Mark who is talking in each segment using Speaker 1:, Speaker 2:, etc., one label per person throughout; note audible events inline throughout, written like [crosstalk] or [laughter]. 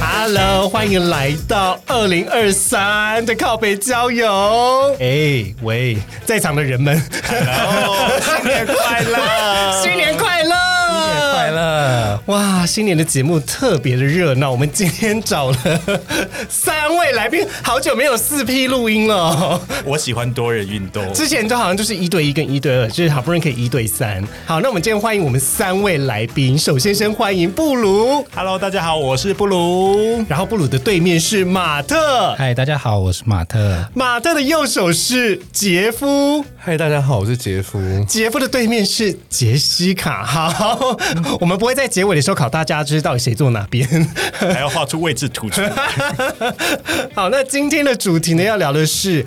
Speaker 1: Hello，欢迎来到二零二三的靠北郊游。哎，喂，在场的人们，
Speaker 2: 新年快
Speaker 1: [laughs] 新年快乐！
Speaker 2: 乐！
Speaker 1: 新年
Speaker 2: 快！乐！
Speaker 1: 哇，新年的节目特别的热闹。我们今天找了三位来宾，好久没有四 P 录音了。 [laughs]
Speaker 2: 我喜欢多人运动。
Speaker 1: 之前都好像就是一对一跟一对二，就是好不容易可以一对三。好，那我们今天欢迎我们三位来宾，首先先欢迎布鲁，
Speaker 2: Hello，大家好，我是布
Speaker 1: [laughs]
Speaker 2: 鲁。
Speaker 1: 然后布鲁的对面是马特，
Speaker 3: 嗨，大家好，我是马特。
Speaker 1: 马特的右手是杰夫，
Speaker 3: 嗨，大家好，我是杰夫。
Speaker 1: 杰夫的对面是杰西卡。好，我们不会在结尾的时候考大家，就是到底谁坐哪边。 [laughs]
Speaker 2: 还要画出位置图出来。
Speaker 1: 好，那今天的主题呢，要聊的是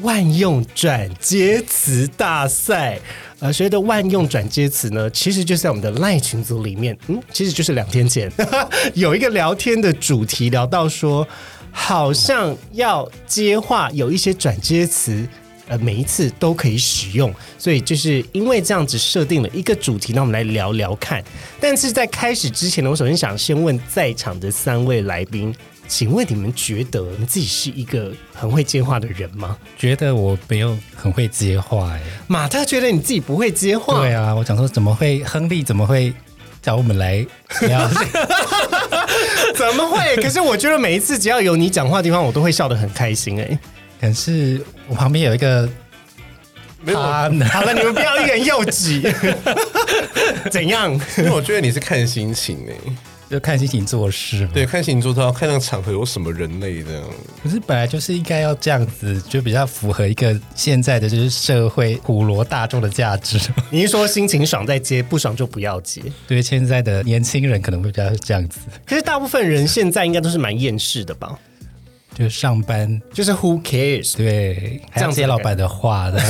Speaker 1: 万用转接词大赛。呃，所谓的万用转接词呢，其实就是在我们的赖群组里面，嗯，其实就是两天前 [laughs] 有一个聊天的主题，聊到说好像要接话，有一些转接词。呃，每一次都可以使用，所以就是因为这样子设定了一个主题，那我们来聊聊看。但是在开始之前呢，我首先想先问在场的三位来宾，请问你们觉得你自己是一个很会接话的人吗？
Speaker 3: 觉得我没有很会接话哎、
Speaker 1: 马特觉得你自己不会接话，
Speaker 3: 对啊，我想说怎么会，亨利怎么会找我们 [laughs] 来聊这个？
Speaker 1: 怎么会？可是我觉得每一次只要有你讲话的地方，我都会笑得很开心、哎，
Speaker 3: 可是我旁边有一个
Speaker 4: 没有，
Speaker 3: 他呢，
Speaker 1: 好了，你们不要欲言又止。 [laughs] 怎样？
Speaker 4: [laughs] 因为我觉得你是看心情诶、
Speaker 3: 就看心情做事嘛。
Speaker 4: 对，看心情做到看那个场合有什么人类的，
Speaker 3: 可是本来就是应该要这样子，就比较符合一个现在的就是社会普罗大众的价值。 [laughs]
Speaker 1: 你是说心情爽再接，不爽就不要接？
Speaker 3: 对现在的年轻人可能会比较这样子，
Speaker 1: 可是大部分人现在应该都是蛮厌世的吧？
Speaker 3: 就上班
Speaker 1: 就是 Who cares？ [laughs]
Speaker 3: 对，
Speaker 1: 这
Speaker 3: 还
Speaker 1: 样
Speaker 3: 要
Speaker 1: 子
Speaker 3: 接老板的话的。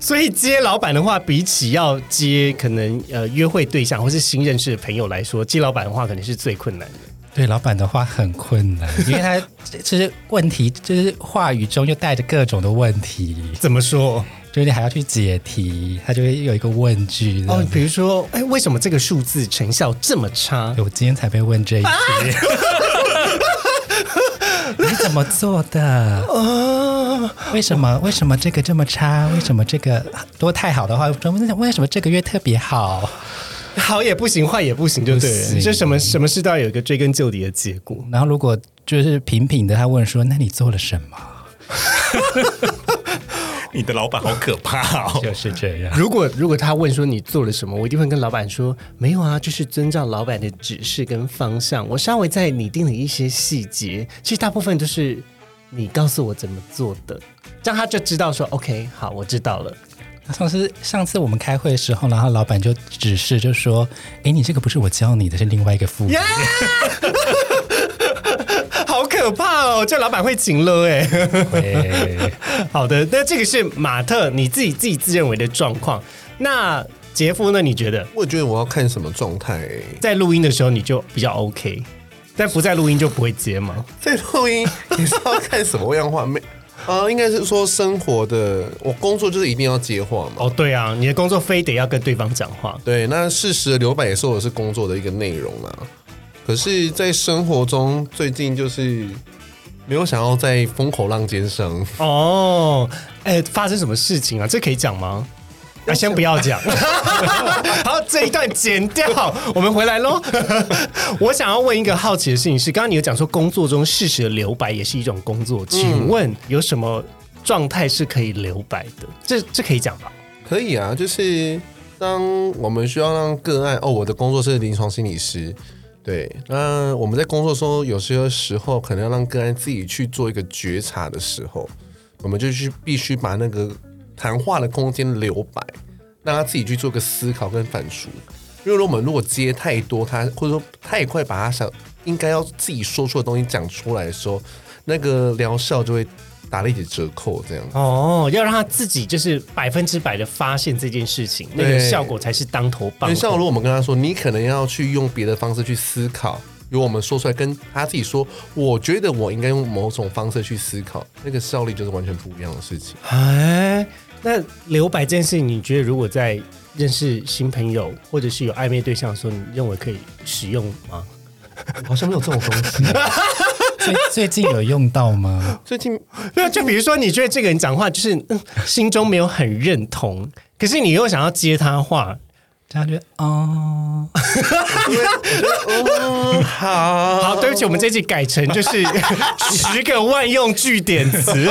Speaker 1: 所以接老板的话，比起要接可能呃约会对象或是新认识的朋友来说，接老板的话肯定是最困难的。
Speaker 3: 对老板的话很困难，因为他就是问题，就是话语中又带着各种的问题，
Speaker 1: 怎么说？
Speaker 3: 就是你还要去解题，他就会有一个问句。
Speaker 1: 哦
Speaker 3: 哦，，
Speaker 1: 比如说，哎，为什么这个数字成效这么差？
Speaker 3: 我今天才被问这一题，你怎么做的？为什么？为什么这个这么差？为什么这个多太好的话，为什么这个月特别好？
Speaker 1: 好也不行，坏也不行，就对
Speaker 3: 不
Speaker 1: 了。
Speaker 3: 行
Speaker 1: 就什么什么事都要有一个追根究底的结果。
Speaker 3: 然后如果就是平平的，他问说：“那你做了什么
Speaker 2: 你的老板好可怕？”
Speaker 3: [laughs]
Speaker 2: 哦！
Speaker 3: 就是这样。
Speaker 1: [laughs] 如果如果他问说你做了什么，我一定会跟老板说没有啊，就是遵照老板的指示跟方向，我稍微再拟定了一些细节。其实大部分都是你告诉我怎么做的，这样他就知道说 OK，好，我知道了。
Speaker 3: 上次上次我们开会的时候，然后老板就指示就说：“哎，你这个不是我教你的，是另外一个副理。
Speaker 1: [laughs] 好可怕哦！这老板会请了哎、
Speaker 3: 对
Speaker 1: [laughs] 好的，那这个是马特你自己自己自认为的状况。那杰夫呢？你觉得
Speaker 4: 我觉得我要看什么状态、欸。
Speaker 1: 在录音的时候你就比较 OK，但不在录音就不会接吗？
Speaker 4: 在录音你是要看什么样画面？ [laughs] 呃，应该是说生活的，我工作就是一定要接话嘛。
Speaker 1: 哦，对啊，你的工作非得要跟对方讲话。
Speaker 4: 对，那事实的留白也是我是工作的一个内容啦。可是，在生活中最近就是没有想要在风口浪尖上，
Speaker 1: 哦，哎、发生什么事情啊？这可以讲吗？啊，先不要讲，
Speaker 4: [laughs]
Speaker 1: 好，这一段剪掉，我们回来喽。 [laughs] 我想要问一个好奇的事情是，刚刚你有讲说工作中适时的留白也是一种工作，
Speaker 4: 嗯
Speaker 1: 请问有什么状态是可以留白的？这这可以讲吧？
Speaker 4: 可以啊，就是当我们需要让个案哦，我的工作是临床心理师，对，那我们在工作中有些时候可能要让个案自己去做一个觉察的时候，我们就去必须把那个谈话的空间留白，让他自己去做个思考跟反刍。因为如果我们如果接太多他，或者说太快把他想应该要自己说出的东西讲出来的时候，那个疗效就会打了一点折扣这样。
Speaker 1: 哦，要让他自己就是百分之百的发现这件事情，那个
Speaker 4: 对
Speaker 1: 效果才是当头
Speaker 4: 因
Speaker 1: 棒
Speaker 4: 为像
Speaker 1: 喝。
Speaker 4: 如果我们跟他说，你可能要去用别的方式去思考，由我们说出来，跟他自己说，我觉得我应该用某种方式去思考，那个效率就是完全不一样的事情。
Speaker 1: 哎，那留白这件事情，你觉得如果在认识新朋友或者是有暧昧对象的时候，你认为可以使用 [laughs] 吗？
Speaker 4: 好像没有这种东西。
Speaker 3: 最最近有用到吗？
Speaker 4: 最近
Speaker 1: 没有，就比如说，你觉得这个人讲话就是、嗯心中没有很认同，可是你又想要接他话，
Speaker 3: 这样就哦，
Speaker 4: 嗯好，
Speaker 1: 好，对不起，我们这集改成就是 [laughs] 十个万用句点词。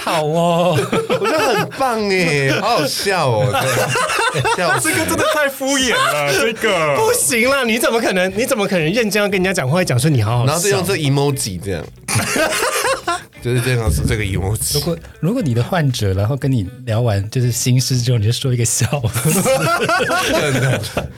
Speaker 3: 好哦，
Speaker 4: [laughs] 我觉得很棒哎，好好笑哦，对，笑死
Speaker 2: 这个真的太敷衍了，这个
Speaker 1: 不行啦，你怎么可能？你怎么可能认真要跟人家讲话，还讲说你好好笑？
Speaker 4: 然后再用这 emoji 这样， [laughs] 就是这样是这个
Speaker 3: 如
Speaker 4: emoji。
Speaker 3: 果如果你的患者，然后跟你聊完就是心事之后，你就说一个笑
Speaker 4: [laughs]
Speaker 3: 死，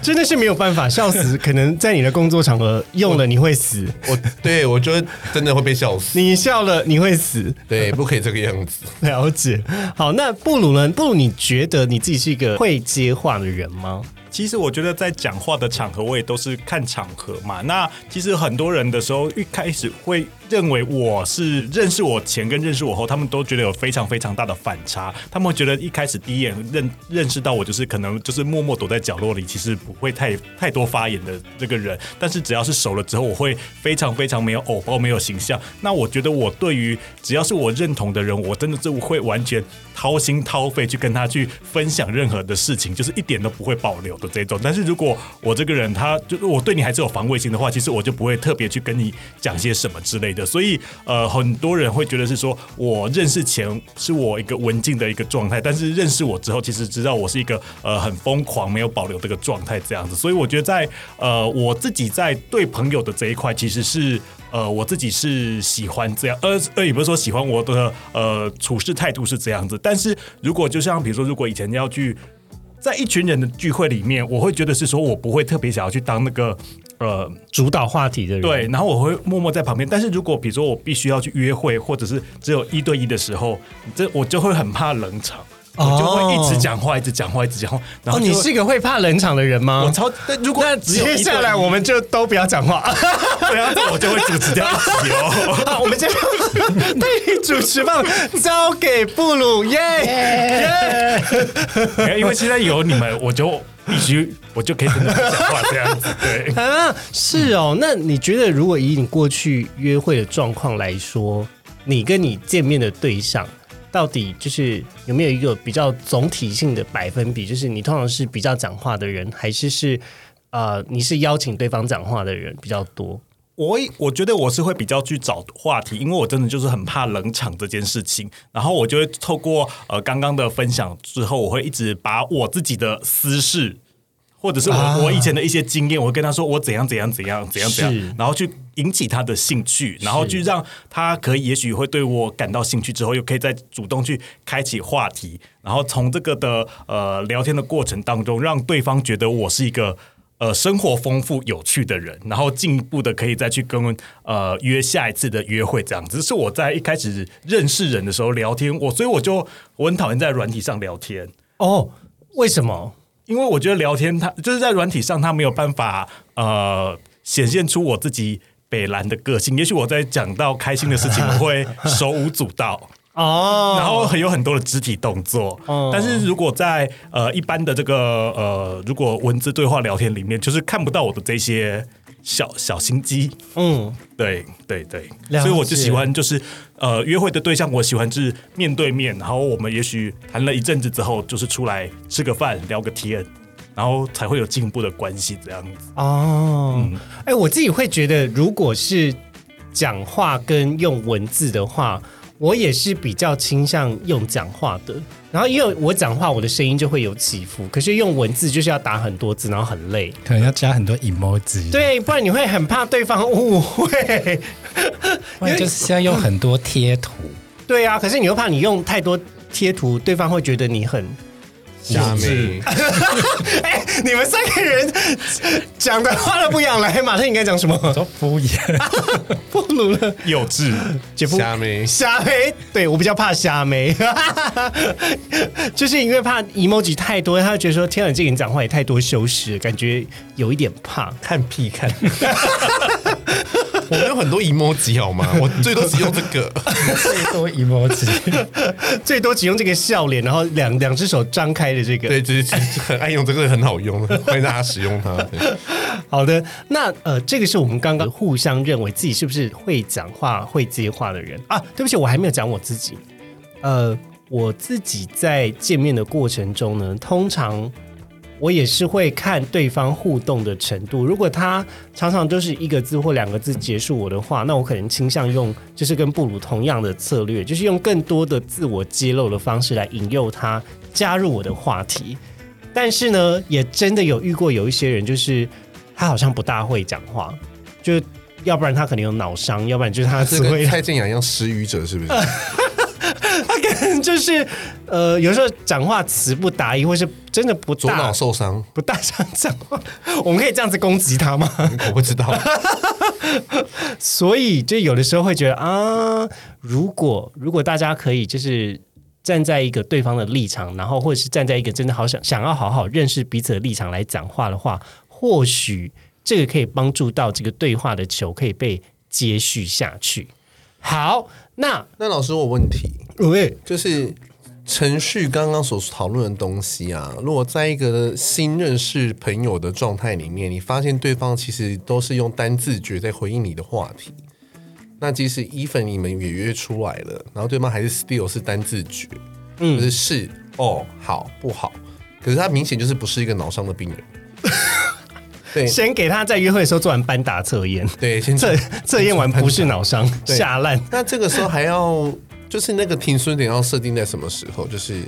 Speaker 1: 真的是没有办法，笑死！可能在你的工作场合用了你会死，
Speaker 4: 我对我觉得真的会被笑死，
Speaker 1: 你笑了你会死。
Speaker 4: 对，不可以这个样子。
Speaker 1: [laughs] 了解。好，那布鲁呢？布鲁，你觉得你自己是一个会接话的人吗？
Speaker 2: 其实我觉得在讲话的场合，我也都是看场合嘛。那其实很多人的时候，一开始会认为我是认识我前跟认识我后，他们都觉得有非常非常大的反差。他们会觉得一开始第一眼认认识到我，就是可能就是默默躲在角落里，其实不会太太多发言的这个人。但是只要是熟了之后，我会非常非常没有偶包，没有形象。那我觉得我对于只要是我认同的人，我真的是会完全掏心掏肺去跟他去分享任何的事情，就是一点都不会保留的这种。但是如果我这个人他就是我对你还是有防卫心的话，其实我就不会特别去跟你讲些什么之类的。所以呃，很多人会觉得是说我认识前是我一个文静的一个状态，但是认识我之后，其实知道我是一个呃很疯狂、没有保留这个状态这样子。所以我觉得在呃我自己在对朋友的这一块，其实是呃，我自己是喜欢这样，呃呃，也不是说喜欢我的呃处事态度是这样子，但是如果就像比如说，如果以前要去在一群人的聚会里面，我会觉得是说我不会特别想要去当那个呃
Speaker 1: 主导话题的人，
Speaker 2: 对，，然后我会默默在旁边。但是如果比如说我必须要去约会，或者是只有一对一的时候，这我就会很怕冷场，
Speaker 1: 哦
Speaker 2: 我就会一直讲话，一直讲话，一直讲话。然
Speaker 1: 哦，
Speaker 2: 后就
Speaker 1: 你
Speaker 2: 会、
Speaker 1: 是一个会怕冷场的人吗？
Speaker 2: 我超，但如果
Speaker 1: 那
Speaker 2: 只有
Speaker 1: 接
Speaker 2: 一
Speaker 1: 下
Speaker 2: 对
Speaker 1: 来
Speaker 2: 一
Speaker 1: 我们就都不要讲
Speaker 2: [laughs]
Speaker 1: 话。
Speaker 2: 对啊，这我就会主持掉一起哦。
Speaker 1: 好，我们
Speaker 2: [laughs]
Speaker 1: 先把对主持棒交给布鲁耶。耶
Speaker 2: 没有因为现在有你们，我就必须，我就可以真的不讲话这样子。对，
Speaker 1: 啊，是哦。那你觉得，如果以你过去约会的状况来说，你跟你见面的对象，到底就是有没有一个比较总体性的百分比？就是你通常是比较讲话的人，还是是呃，你是邀请对方讲话的人比较多？
Speaker 2: [laughs] 我我觉得我是会比较去找话题，因为我真的就是很怕冷场这件事情。然后我就会透过呃刚刚的分享之后，我会一直把我自己的私事，或者是我、我以前的一些经验，我会跟他说我怎样怎样怎样怎样怎
Speaker 1: 是
Speaker 2: 样，然后去引起他的兴趣，然后去让他可以也许会对我感到兴趣之后，又可以再主动去开启话题，然后从这个的呃聊天的过程当中，让对方觉得我是一个。呃，生活丰富有趣的人，然后进一步的可以再去跟呃约下一次的约会，这样子这是我在一开始认识人的时候聊天，我所以我就我很讨厌在软体上聊天，
Speaker 1: 哦，为什么？
Speaker 2: 因为我觉得聊天它就是在软体上，它没有办法呃显现出我自己北蓝的个性。也许我在讲到开心的事情，我会手舞足蹈。
Speaker 1: 哦，
Speaker 2: 然后很有很多的肢体动作。
Speaker 1: 哦
Speaker 2: 但是如果在呃一般的这个呃，如果文字对话聊天里面，就是看不到我的这些小小心机。
Speaker 1: 嗯，
Speaker 2: 对对对，
Speaker 1: 了解
Speaker 2: 所以我就喜欢就是呃约会的对象，我喜欢是面对面，然后我们也许谈了一阵子之后，就是出来吃个饭聊个天，然后才会有进一步的关系这样子。
Speaker 1: 哦，哎、我自己会觉得，如果是讲话跟用文字的话，我也是比较倾向用讲话的。然后因为我讲话，我的声音就会有起伏，可是用文字就是要打很多字，然后很累。
Speaker 3: 可能要加很多 emoji，，
Speaker 1: 对，不然你会很怕对方误会。
Speaker 3: 不然就是现在用很多贴图，
Speaker 1: 对啊，可是你又怕你用太多贴图，对方会觉得你很 [laughs]
Speaker 4: 虾妹，
Speaker 1: 哎，你们三个人讲的话都不养来，马上应该讲什么？ [laughs]
Speaker 3: 都敷 [laughs] 衍。
Speaker 1: 不如了，
Speaker 2: [laughs] 幼稚，
Speaker 1: 姐夫。
Speaker 4: 虾妹，
Speaker 1: 虾妹， [laughs] 对我比较怕虾妹， [laughs] 就是因为怕 emoji 太多，他就觉得说天啊，你这个人讲话也太多修饰，感觉有一点怕。
Speaker 4: 看屁看。我们有很多 emoji 好吗？我最多只用这个。
Speaker 3: 最多 emoji，
Speaker 1: [laughs] 最多只用这个笑脸，然后两两只手张开的这个。
Speaker 4: 对，就是很爱用这个，很好用， [laughs] 欢迎大家使用 [laughs] 它。对
Speaker 1: 好的，那呃，这个是我们刚刚互相认为自己是不是会讲话、会接话的人啊？对不起，我还没有讲我自己。呃，我自己在见面的过程中呢，通常我也是会看对方互动的程度。如果他常常就是一个字或两个字结束我的话，那我可能倾向用就是跟布鲁同样的策略，就是用更多的自我揭露的方式来引诱他加入我的话题。但是呢，也真的有遇过有一些人，就是他好像不大会讲话，就要不然他可能有脑伤，要不然就是他
Speaker 4: 是
Speaker 1: 词汇
Speaker 4: 跟
Speaker 1: 量
Speaker 4: 蔡健雅一样失语者， [laughs] 是不是？
Speaker 1: [laughs] 就是呃，有时候讲话词不达意，或是真的不
Speaker 4: 左脑
Speaker 1: 大
Speaker 4: 受伤，
Speaker 1: 不大想讲话，我们可以这样子攻击他吗？
Speaker 4: [laughs]
Speaker 1: [laughs]
Speaker 4: 我不知道。
Speaker 1: 所以就有的时候会觉得啊，如果如果大家可以就是站在一个对方的立场，然后或者是站在一个真的好想想要好好认识彼此的立场来讲话的话，或许这个可以帮助到这个对话的球可以被接续下去。好，那
Speaker 4: [laughs] 那老师，我有问题
Speaker 1: 喂，
Speaker 4: 就是。程序刚刚所讨论的东西啊，如果在一个新认识朋友的状态里面，你发现对方其实都是用单字句在回应你的话题，那即使 even 你们也约出来了，然后对方还是 still 是单字句，嗯，就是是哦好不好，可是他明显就是不是一个脑伤的病 [laughs] 人，对
Speaker 1: 先给他在约会的时候做完班达测验，
Speaker 4: 对，先
Speaker 1: 测测验完不是脑伤，
Speaker 4: 对
Speaker 1: 吓烂。
Speaker 4: 那这个时候还要就是那个停损点要设定在什么时候？就是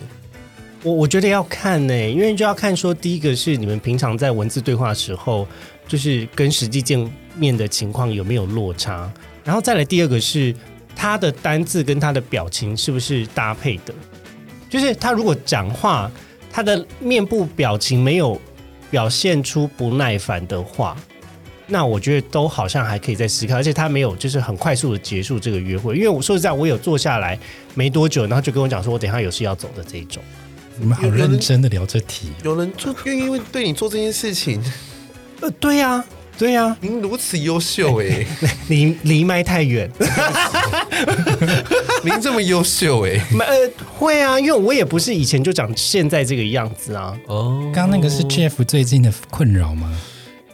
Speaker 1: 我我觉得要看呢、因为就要看说，第一个是你们平常在文字对话的时候，就是跟实际见面的情况有没有落差，然后再来第二个是他的单字跟他的表情是不是搭配的，就是他如果讲话，他的面部表情没有表现出不耐烦的话。那我觉得都好像还可以再思考，而且他没有就是很快速的结束这个约会，因为我说实在，我有坐下来没多久，然后就跟我讲说，我等一下有事要走的这一种。
Speaker 3: 你们好认真的聊这题，
Speaker 4: 有人做愿意为对你做这件事情，
Speaker 1: 呃，对呀、对呀、
Speaker 4: 您如此优秀哎、
Speaker 1: [laughs] 离离麦太远，
Speaker 4: [laughs] 您这么优秀哎、
Speaker 1: 麦呃，会啊，因为我也不是以前就长现在这个样子啊，
Speaker 4: 哦，
Speaker 3: 刚刚那个是 Jeff 最近的困扰吗？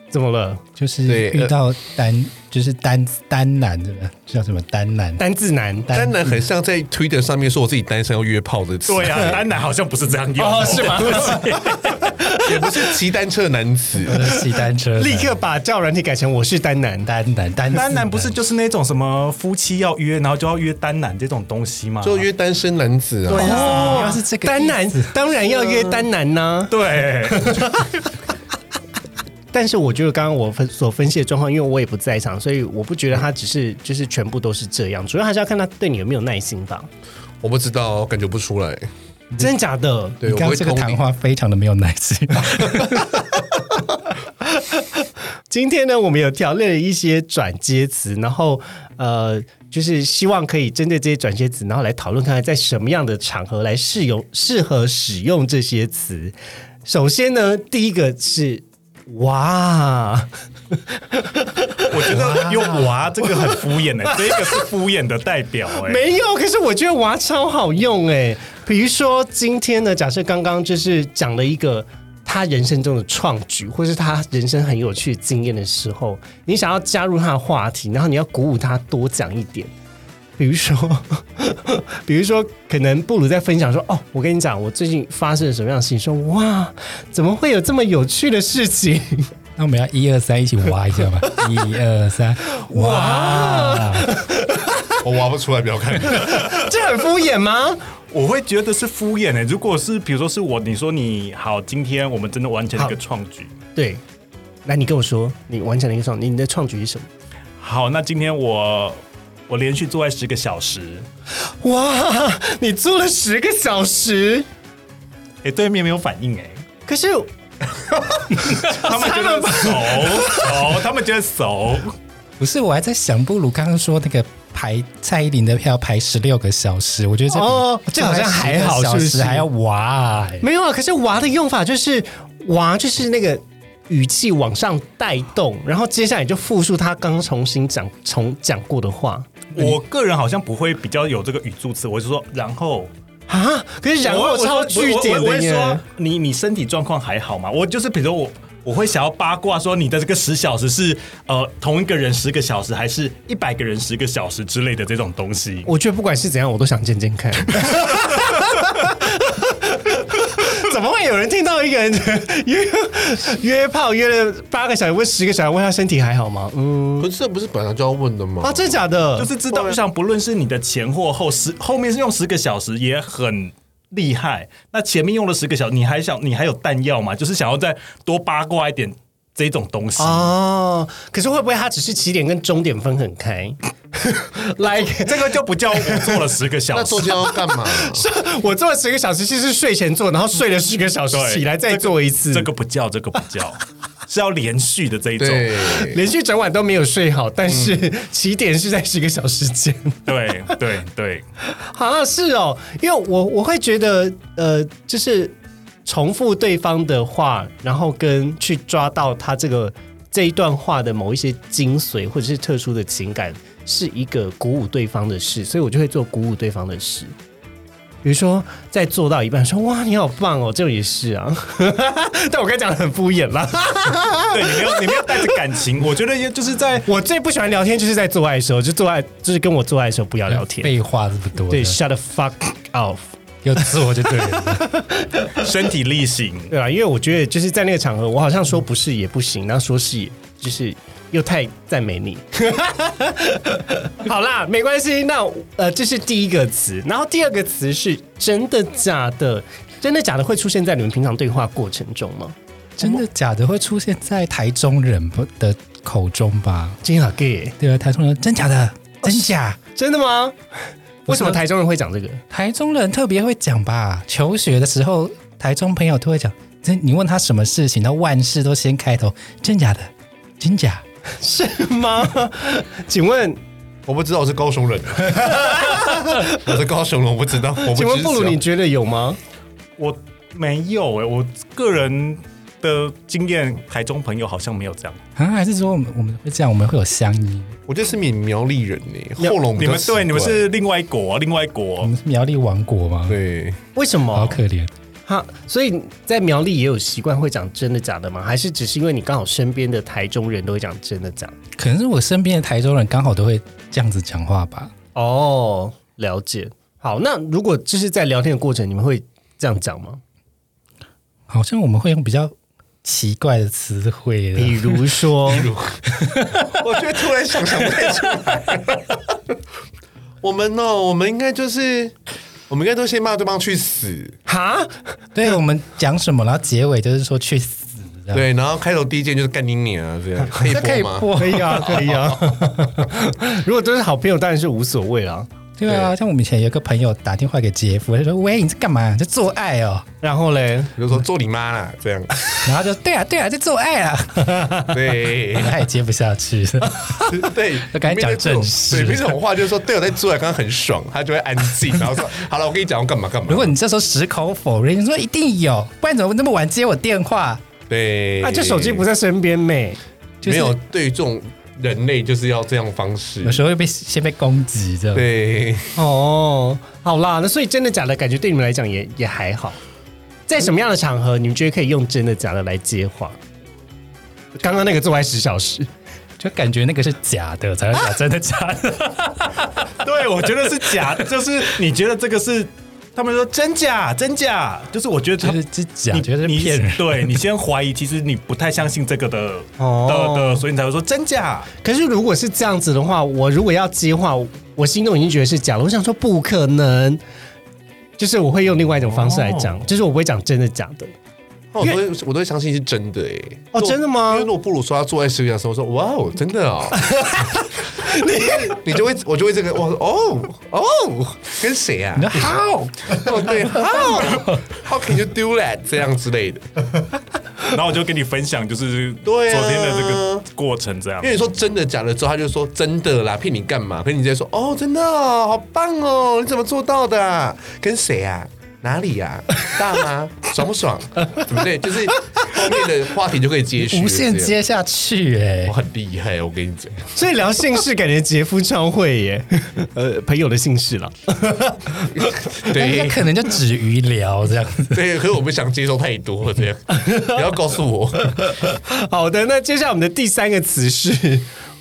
Speaker 1: 怎么了？
Speaker 3: 就是
Speaker 1: 呃
Speaker 4: 对
Speaker 3: 遇到单，就是单单男的，叫什么单男？
Speaker 1: 单字男，单
Speaker 4: 单男很像在 Twitter 上面说我自己单身要约炮的词，
Speaker 2: 对啊，安南好像不是这样用，哦是吗？
Speaker 4: 也不是骑单车的男子，
Speaker 3: 我是骑单车的，
Speaker 1: [laughs] 立刻把叫软体改成我是单男，
Speaker 3: 单男单
Speaker 2: 单男
Speaker 3: 男
Speaker 2: 不是就是那种什么夫妻要约，然后就要约单男这种东西吗？
Speaker 4: 就约单身男子啊。
Speaker 3: 哦，要是这个
Speaker 1: 单
Speaker 3: 意
Speaker 1: 男当然要约单男呢、
Speaker 2: [laughs] 对，
Speaker 1: 但是我觉得刚刚我分所分析的状况，因为我也不在场，所以我不觉得他只是就是全部都是这样，主要还是要看他对你有没有耐心吧。
Speaker 4: 我不知道，感觉不出来。
Speaker 1: 真的假的？
Speaker 4: 对，我
Speaker 3: 刚刚
Speaker 4: 不会
Speaker 3: 这个
Speaker 4: 同
Speaker 3: 谈
Speaker 4: 理。
Speaker 3: 话非常的没有耐
Speaker 1: [laughs]
Speaker 3: 心，
Speaker 1: 今天呢，我们有条列了一些转接词，然后呃，就是希望可以针对这些转接词，然后来讨论看看在什么样的场合来适用适合使用这些词。首先呢，第一个是哇，
Speaker 2: 我觉得用娃这个很敷衍 [laughs] 哎，这个是敷衍的代表哎。
Speaker 1: 没有，可是我觉得哇超好用哎。比如说今天呢，假设刚刚就是讲了一个。他人生中的创举，或是他人生很有趣的经验的时候，你想要加入他的话题，然后你要鼓舞他多讲一点，比如说， [laughs] 比如说，可能布鲁在分享说：“哦，我跟你讲，我最近发生了什么样的事情？”说：“哇，怎么会有这么有趣的事情
Speaker 3: 那我们要一二三一起挖一下
Speaker 1: [laughs]
Speaker 3: 吧，一二三，哇！
Speaker 4: 我挖不出来，不要 [laughs] 看。？”
Speaker 1: 这很敷衍吗？
Speaker 2: 我会觉得是敷衍诶、欸如果是比如说是我，你说你好，今天我们真的完成了一个创举，
Speaker 1: 对，来，你跟我说，你完成了一个创，你的创举是什么？
Speaker 2: 好，那今天我我连续做爱十个小时，
Speaker 1: 哇，你做了十个小时，
Speaker 2: 哎、哎，对面没有反应哎，
Speaker 1: 可是
Speaker 2: [laughs] 他们觉得熟熟，他们觉得 [laughs] 熟。
Speaker 3: 不是，我还在想，不如刚刚说那个排蔡依林的票排十六个小时，我觉得这比
Speaker 1: 哦这好像还好
Speaker 3: 16个小时
Speaker 1: 是不是
Speaker 3: 还要哇、欸
Speaker 1: 没有啊，可是“娃”的用法就是“娃”，就是那个语气往上带动，然后接下来就复述他刚重新讲重讲过的话
Speaker 2: 我个人好像不会比较有这个语助词，我就说然后。
Speaker 1: 啊。可是然
Speaker 2: 我
Speaker 1: 后
Speaker 2: 我
Speaker 1: 超
Speaker 2: 我
Speaker 1: 据点
Speaker 2: 我我
Speaker 1: 的
Speaker 2: 会
Speaker 1: 耶
Speaker 2: 说，你你身体状况还好吗？我就是比如说我。我会想要八卦说你的这个十小时是呃同一个人十个小时，还是一百个人十个小时之类的这种东西。
Speaker 1: 我觉得不管是怎样，我都想见见看。怎么会有人听到一个人约约炮约了八个小时，问十个小时，问他身体还好吗？嗯，
Speaker 4: 不是这不是本来就要问的吗？ [laughs]
Speaker 1: 啊，真的假的？
Speaker 2: 就是知道上，不论是你的前或后十，后面是用十个小时也很厉害。那前面用了十个小时，你还想你还有弹药吗？就是想要再多八卦一点这种东西。
Speaker 4: 啊
Speaker 1: 哦，可是会不会他只是起点跟终点分很开 [laughs] ？Like
Speaker 2: 这个就不叫我做了十个小
Speaker 4: [laughs] 那
Speaker 2: 时
Speaker 4: 做，这要干嘛？
Speaker 1: 我做了十个小时，其实是睡前做，然后睡了十个小时，
Speaker 2: 对
Speaker 1: 起来再做一次，
Speaker 2: 这个不叫，这个不
Speaker 4: [laughs]
Speaker 2: 叫，是要连续的这一种。
Speaker 4: 对，
Speaker 1: 连续整晚都没有睡好，但是起点是在十个小时间。
Speaker 2: 对对对，
Speaker 1: 好像是哦，因为我我会觉得，呃，就是重复对方的话，然后跟去抓到他这个这一段话的某一些精髓或者是特殊的情感，是一个鼓舞对方的事，所以我就会做鼓舞对方的事。比如说，在做到一半说“哇，你好棒哦”，这种也是啊。 [laughs] 但我刚才讲的很敷衍啦。
Speaker 2: 对你没有你没有带着感情，我觉得也就是在
Speaker 1: 我最不喜欢聊天就是在做爱的时候，就做爱就是跟我做爱的时候不要聊天。
Speaker 3: 废话这么多，
Speaker 1: 对，shut the fuck off。
Speaker 3: 有自我就对了。
Speaker 2: 身体力行。
Speaker 1: 对啊，因为我觉得就是在那个场合，我好像说不是也不行，然后说是也就是又太赞美你。 [laughs] 好啦，没关系。那呃，这是第一个词，然后第二个词是真的假的？真的假的会出现在你们平常对话过程中吗？
Speaker 3: 真的假的会出现在台中人不的口中吧？
Speaker 1: 真的 gay，
Speaker 3: 对啊，台中人真假的，真假。
Speaker 1: 真的吗？为什么台中人会讲这个？
Speaker 3: 台中人特别会讲吧，求学的时候，台中朋友都会讲。真，你问他什么事情，他万事都先开头，真假的，真假。
Speaker 1: 是吗？ [laughs] 请问，
Speaker 4: [laughs] 我不知道我是高雄人，我是高雄人，我不知道，我不知啊
Speaker 1: 请
Speaker 4: 道。
Speaker 1: 问布鲁，你觉得有吗？
Speaker 2: 我没有哎、我个人的经验，台中朋友好像没有这样。
Speaker 3: 啊，还是说我们我们会这样，我们会有乡音，
Speaker 4: 我觉得是闽苗栗人呢，后龙比
Speaker 2: 你
Speaker 4: 较
Speaker 2: 们
Speaker 4: 奇怪
Speaker 2: 对你们是另外一国，另外一国
Speaker 3: [laughs] 我。们是苗栗王国吗？，
Speaker 4: 对，
Speaker 1: 为什
Speaker 3: 好
Speaker 1: 么？
Speaker 3: 可怜。
Speaker 1: 哈，所以在苗栗也有习惯会讲真的假的吗？还是只是因为你刚好身边的台中人都会讲真的假的？
Speaker 3: 可能是我身边的台中人刚好都会这样子讲话吧。
Speaker 1: 哦，了解。好，那如果就是在聊天的过程，你们会这样讲吗？
Speaker 3: 好像我们会用比较奇怪的词汇
Speaker 1: 比
Speaker 3: 的，
Speaker 1: 如说，
Speaker 4: [laughs] 我觉得突然想想不太出来。我们呢、我们应该就是，我们应该都先骂对方去死，
Speaker 1: [laughs] 哈，
Speaker 3: 对我们讲什么，然后结尾就是说去死，这样
Speaker 4: 对，然后开头第一件就是干你娘啊，这样可
Speaker 3: [laughs]
Speaker 4: 以
Speaker 3: 这可以
Speaker 4: 播吗？
Speaker 3: 播
Speaker 1: [laughs] 可以啊，可以啊。 [laughs] 如果都是好朋友，当然是无所谓啦。
Speaker 3: 对啊，像我们以前有个朋友打电话给杰夫，他说：“喂，你在干嘛？在做爱哦。
Speaker 1: 然后嘞，
Speaker 4: 比如说做你妈啦，
Speaker 3: [laughs]
Speaker 4: 这样，”
Speaker 3: 然后就对啊，对啊，在做爱啊， [laughs]
Speaker 4: 对
Speaker 3: 他也接不下去。 [laughs]
Speaker 4: 对，
Speaker 3: 就赶紧讲正事
Speaker 4: 对，这种话就是说，对我在做，刚刚很爽，他就会安静，然后说，好了，我跟你讲，我干嘛干嘛。
Speaker 3: 如果你这时候矢口否认，你说一定有，不然怎么那么晚接我电话？
Speaker 4: 对，
Speaker 1: 啊，这手机不
Speaker 4: 在，
Speaker 1: 在身边妹，
Speaker 3: 就是
Speaker 4: 没有，对于这种人类就是要这样方式
Speaker 3: 有，时候会被先被攻击这样。
Speaker 4: 对，
Speaker 1: 哦，好啦，那所以真的假的感觉对你们来讲也也还好。在什么样的场合，你们觉得可以用真的假的来接话？刚刚那个做完十小时，
Speaker 3: 就感觉那个是假的，才会讲真的假的。
Speaker 4: [laughs]
Speaker 2: 对，我觉得是
Speaker 3: [laughs]
Speaker 2: 假，就是你觉得这个是他们说真假真假，就是我觉得
Speaker 3: 就
Speaker 2: 他
Speaker 3: 是是假，
Speaker 2: 你
Speaker 3: 觉得是
Speaker 2: 你
Speaker 3: 骗人。
Speaker 2: [laughs] 对你先怀疑，其实你不太相信这个
Speaker 3: [laughs]
Speaker 2: 的
Speaker 1: 哦
Speaker 2: 的的，所以你才会说真假。
Speaker 1: 可是如果是这样子的话，我如果要接话，我心中已经觉得是假了。我想说不可能，就是我会用另外一种方式来讲，
Speaker 2: 哦
Speaker 1: 就是我不会讲真的假的。
Speaker 4: 哦我都会我都会相信是真的哎、
Speaker 1: 哦真的吗
Speaker 4: 因为如果布鲁说他坐在石头上，我说哇哦，真的哦， [laughs] 你就会我就会这个，我说哦哦，跟谁啊
Speaker 3: 你说
Speaker 4: ？How？哦对，How？How can you do that？这样之类的，
Speaker 2: 然后我就跟你分享，就是昨
Speaker 4: 对啊
Speaker 2: 天的这个过程，这样
Speaker 4: 因为。你说真的假的之后，他就说真的啦，骗你干嘛？可是你直接说哦，真的哦，好棒哦，你怎么做到的啊、跟谁啊？哪里呀、啊？大吗？爽不爽？对不对？就是后面的话题就可以接续，
Speaker 3: 无限。接下去哎
Speaker 4: 我、很厉害，我跟你
Speaker 3: [laughs]
Speaker 4: 讲，
Speaker 1: 所以聊姓氏，感觉杰夫超会耶。 [laughs] 呃，朋友的姓氏了。
Speaker 3: 那应该
Speaker 4: 对
Speaker 3: 可能就止于聊这样子。
Speaker 4: 对，可是我不想接受太多这
Speaker 3: [laughs]
Speaker 4: 样，不要告诉我。
Speaker 1: [laughs] 好的，那接下来我们的第三个词是，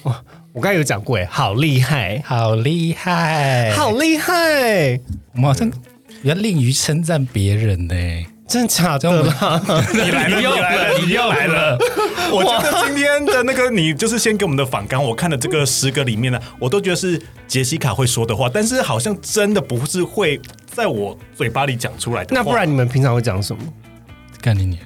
Speaker 1: 哇，我刚才有讲过耶，好厉害，
Speaker 3: 好厉害！
Speaker 1: 好，厉害，
Speaker 3: 我们好像比较吝于称赞别人呢、
Speaker 1: 真假的啦？
Speaker 2: 你来了，你来了，你又来了。我觉得今天的那个你就是先给我们的访纲，我看了这个十个里面呢，我都觉得是杰西卡会说的话，但是好像真的不是会在我嘴巴里讲出来的话。
Speaker 1: 那不然你们平常会讲什么？
Speaker 3: 干你你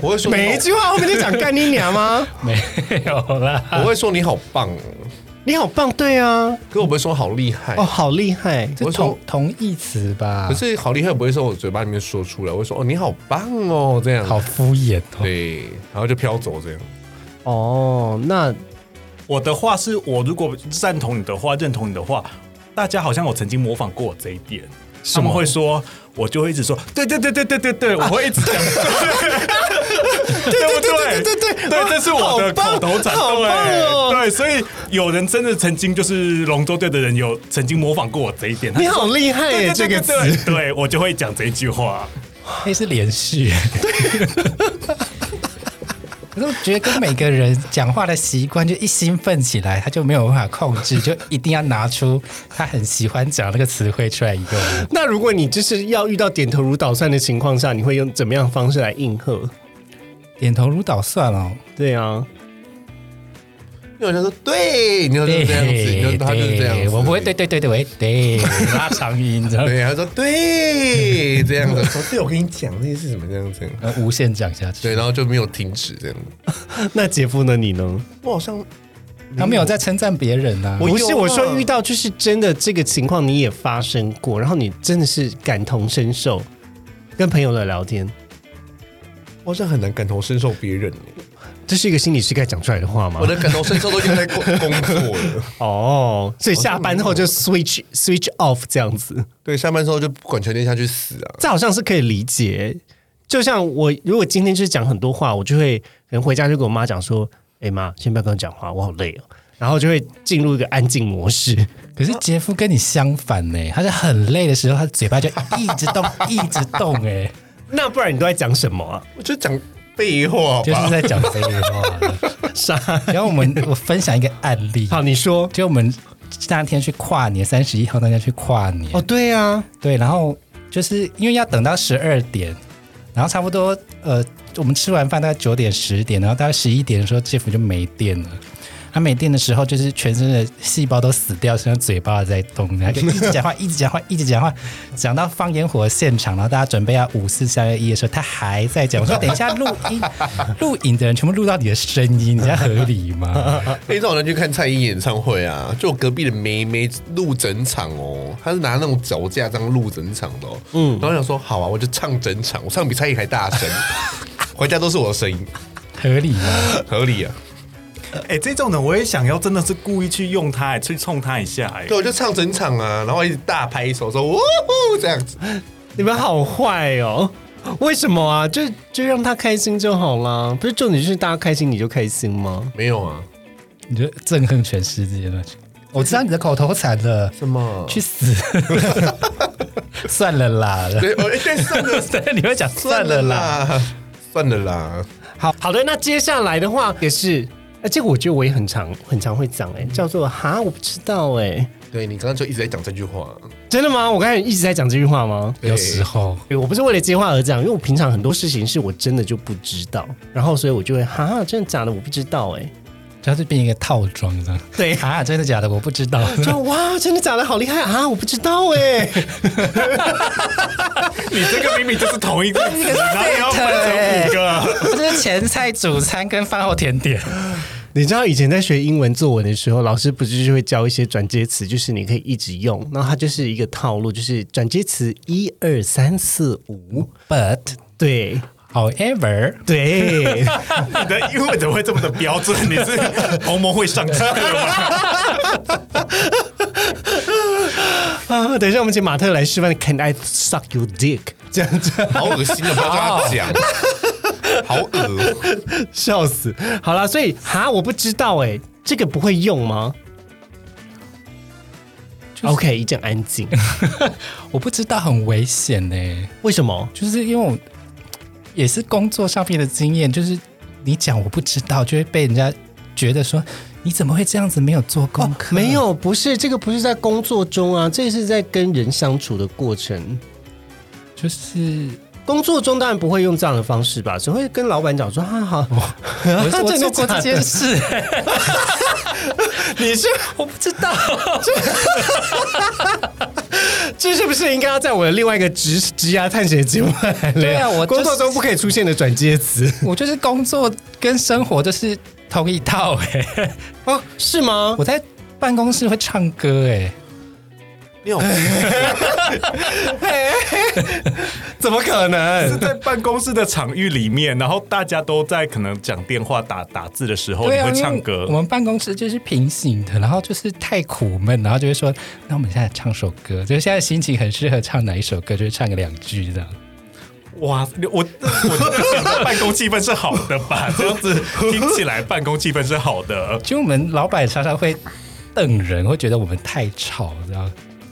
Speaker 4: 我会说
Speaker 1: 每一句话后面就讲干你娘 [laughs] 吗？
Speaker 3: 没有啦，
Speaker 4: 我会说你好棒哦，
Speaker 1: 你好棒，对啊，
Speaker 4: 可我不会说好厉害
Speaker 1: 哦，。好厉害，
Speaker 3: 这
Speaker 4: 我
Speaker 3: 同
Speaker 4: 说
Speaker 3: 同义词吧？
Speaker 4: 可是好厉害不会从我嘴巴里面说出来，我会说哦你好棒哦这样。
Speaker 3: 好敷衍哦。
Speaker 4: 对，然后就飘走这样。
Speaker 1: 哦，那
Speaker 2: 我的话是我如果赞同你的话，认同你的话，大家好像我曾经模仿过我这一点，他们会说，我就会一直说，对对对对对对对，我会一直讲，对不对？
Speaker 1: 对对对对对对
Speaker 2: 对，这是我的
Speaker 1: 好棒
Speaker 2: 口头禅，
Speaker 1: 好棒哦
Speaker 2: 对对，所以有人真的曾经就是龙舟队的人有曾经模仿过我这一点，他
Speaker 1: 你好厉 [laughs] 害耶，
Speaker 2: 对
Speaker 1: 这
Speaker 2: 对
Speaker 1: 个
Speaker 2: 对
Speaker 1: 词。
Speaker 2: 对，对我就会讲这一句话。
Speaker 3: 那是连
Speaker 4: [laughs]
Speaker 3: 续。可是我觉得跟每个人讲话的习惯，就一兴奋起来，他就没有办法控制，就一定要拿出他很喜欢讲那个词汇出来用。
Speaker 4: [laughs]
Speaker 1: 那如果你就是要遇到点头如捣蒜的情况下，你会用怎么样的方式来应和？
Speaker 3: 点头如捣蒜哦，
Speaker 1: 对啊，
Speaker 4: 因为我就说对，你要就是这样子，你就他就是这样
Speaker 3: 对
Speaker 4: 子，
Speaker 3: 我不会对。对对对，我会对拉长音，这样
Speaker 4: 对，他说对，这
Speaker 3: [laughs]
Speaker 4: 样子。说对，我跟你讲，那是什么这样子？
Speaker 3: 呃无限讲下去。
Speaker 4: 对，然后就没有停止这样子。
Speaker 1: 那姐夫呢？你呢？
Speaker 4: 我好像
Speaker 3: 他没有在称赞别人啊。
Speaker 4: 我
Speaker 1: 不
Speaker 4: 有
Speaker 1: 是
Speaker 4: 啊
Speaker 1: 我说遇到就是真的这个情况你也发生过，然后你真的是感同身受，跟朋友的聊天，
Speaker 4: 我好像很难感同身受别人耶，
Speaker 1: 这是一个心理师该讲出来的话吗
Speaker 4: 我？的感同身受都已经在工工作了。
Speaker 1: 哦，所以下班后就 switch switch off 这样子，
Speaker 4: [laughs] 对，下班之后就不管全天下去死啊！
Speaker 1: 这好像是可以理解。就像我如果今天就是讲很多话，我就会可能回家就跟我妈讲说：“哎、妈，先不要跟我讲话，我好累哦。”然后就会进入一个安静模式。 [laughs]
Speaker 3: 可是杰夫跟你相反呢、他是很累的时候，他嘴巴就一直动，一直动、哎，
Speaker 1: 那不然你都在讲什么 [laughs] 啊？
Speaker 4: 我就讲废话
Speaker 3: 就
Speaker 4: 吧
Speaker 3: 是。在讲废话。
Speaker 1: 傻。
Speaker 3: 然后我们我分享一个案例，
Speaker 1: 好，你说。
Speaker 3: 就我们那天去跨年，三十一号那天去跨年，
Speaker 1: 哦，对啊，
Speaker 3: 对，然后就是因为要等到十二点，然后差不多呃，我们吃完饭大概九点十点，然后大概十一点的时候，杰夫就没电了。他没电的时候，就是全身的细胞都死掉，只有嘴巴在动，然后就一直讲话，一直讲话，一直讲话，讲到放烟火现场，然后大家准备要五四三二一的时候，他还在讲。我说等一下录音，录影的人全部录到你的声音，你这样合理 [laughs] 吗？
Speaker 4: 那天我去看蔡依演唱会啊，就我隔壁的梅梅录整场哦，她是拿那种脚架这样录整场的、哦，嗯，然后我想说好啊，我就唱整场，我唱比蔡依还大 [laughs] 声，回家都是我的声音，
Speaker 3: 合理吗？
Speaker 4: 合理啊。
Speaker 2: 哎，这种的我也想要，真的是故意去用它，哎去冲它一下，哎
Speaker 4: 对，，我就唱整场啊，然后一直大拍手说哇呼这样子，
Speaker 1: 你们好坏哦！为什么啊？就就让他开心就好啦，不是重点就是大家开心你就开心吗？
Speaker 4: 没有啊？
Speaker 3: 你就憎恨全世界了。我知道你的口头禅了，
Speaker 4: 什么
Speaker 3: 去死！ [laughs] 算了啦，
Speaker 4: 对，我哎对，算 [laughs]
Speaker 3: [laughs]
Speaker 4: 了
Speaker 3: 对，你会讲算了啦。，
Speaker 4: 算了啦，
Speaker 1: 好好的，那接下来的话也是，呃，这个我觉得我也很常很常会讲，哎，叫做哈，我不知道，哎，
Speaker 4: 对你刚刚就一直在讲这句话，
Speaker 1: 真的吗？我刚才一直在讲这句话吗？
Speaker 4: 对
Speaker 3: 有时候
Speaker 1: 对我不是为了接话而讲，因为我平常很多事情是我真的就不知道，然后所以我就会哈，真的假的？我不知道，哎，
Speaker 3: 它就变一个套装这样。
Speaker 1: 对
Speaker 3: 啊，真的假的？我不知道。
Speaker 1: [laughs] 就哇，真的假的？好厉害啊！我不知道，哎，
Speaker 2: 你这个明明就是同一个词，然后你要分成五个。
Speaker 3: 这是前菜、主餐跟饭后甜点。
Speaker 1: 你知道以前在学英文作文的时候，老师不是就会教一些转接词，就是你可以一直用，然后它就是一个套路，就是转接词一二三四五，
Speaker 3: But
Speaker 1: 对
Speaker 3: however，
Speaker 1: 对，
Speaker 2: 你的英文怎么会这么的标准？你是鸿蒙会上机课吗？
Speaker 1: 啊，等一下，我们请马特来示范。Can I suck your dick？这样子，
Speaker 4: 好恶心的，不要跟他讲， [laughs] 好恶。
Speaker 1: 笑死。好啦，所以哈，我不知道哎、这个不会用吗、o k 一阵安静。
Speaker 3: 我不知道很危险呢、
Speaker 1: 为什么？
Speaker 3: 就是因为我也是工作上面的经验，就是你讲我不知道，就会被人家觉得说你怎么会这样子没有做功
Speaker 1: 哦
Speaker 3: 课？
Speaker 1: 没有，不是这个，不是在工作中啊，这是在跟人相处的过程。 [laughs]
Speaker 3: 就是
Speaker 1: 工作中当然不会用这样的方式吧，只会跟老板讲说：“啊，好，
Speaker 3: 我
Speaker 1: 真
Speaker 3: 我
Speaker 1: 的
Speaker 3: 做
Speaker 1: 假
Speaker 3: 过这
Speaker 1: 的
Speaker 3: 件事、
Speaker 1: [laughs] 你是
Speaker 3: 我不知道，
Speaker 1: 这是不是应该要在我的另外一个职职涯探险节目来聊？
Speaker 3: 对啊我就是
Speaker 1: 工作中不可以出现的转接词
Speaker 3: [laughs] 我就是工作跟生活都是同一套哎、
Speaker 2: [laughs]
Speaker 1: 哦，是吗？
Speaker 3: 我在办公室会唱歌哎、
Speaker 4: 你有
Speaker 1: 怎么可能？
Speaker 2: 在办公室的场域里面，然后大家都在可能讲电话、打打字的时候，
Speaker 3: 对
Speaker 2: 哦你
Speaker 3: 啊，
Speaker 2: 会
Speaker 3: 因为
Speaker 2: 唱歌
Speaker 3: 我。们办公室就是平行的，然后就是太苦闷，然后就会说，那我们现在唱首歌，就是现在心情很适合唱哪一首歌，就是唱个两句这样。
Speaker 2: 哇，我我办公气氛是好的 [laughs] 吧？这样子听起来办公气氛是好的。
Speaker 3: 就我们老板常常会瞪人，会觉得我们太吵，然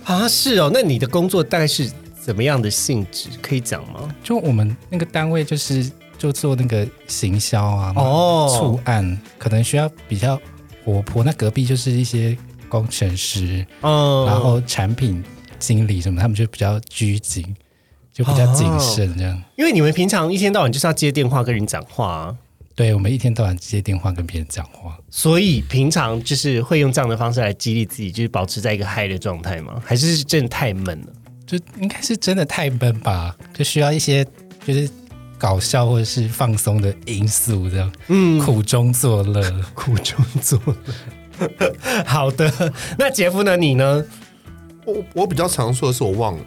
Speaker 3: 后
Speaker 1: 啊，是哦。那你的工作大概是怎么样的性质？可以讲吗？
Speaker 3: 就我们那个单位就是就做那个行销啊，
Speaker 1: 哦
Speaker 3: 促案可能需要比较活泼，那隔壁就是一些工程师，
Speaker 1: 嗯，
Speaker 3: 然
Speaker 4: 哦
Speaker 3: 后产品经理什么，他们就比较拘谨，就比较谨慎这样。
Speaker 4: 哦
Speaker 1: 因为你们平常一天到晚就是要接电话跟人讲话、啊，
Speaker 3: 对我们一天到晚接电话跟别人讲话，
Speaker 1: 所以平常就是会用这样的方式来激励自己，就是保持在一个嗨的状态吗？还是真的太闷了？
Speaker 3: 就应该是真的太闷吧，就需要一些就是搞笑或者是放松的因素这样，嗯，苦中作乐。
Speaker 1: 苦中作乐。好的，那杰夫呢？你呢？
Speaker 4: 我我比较常说的是我忘了，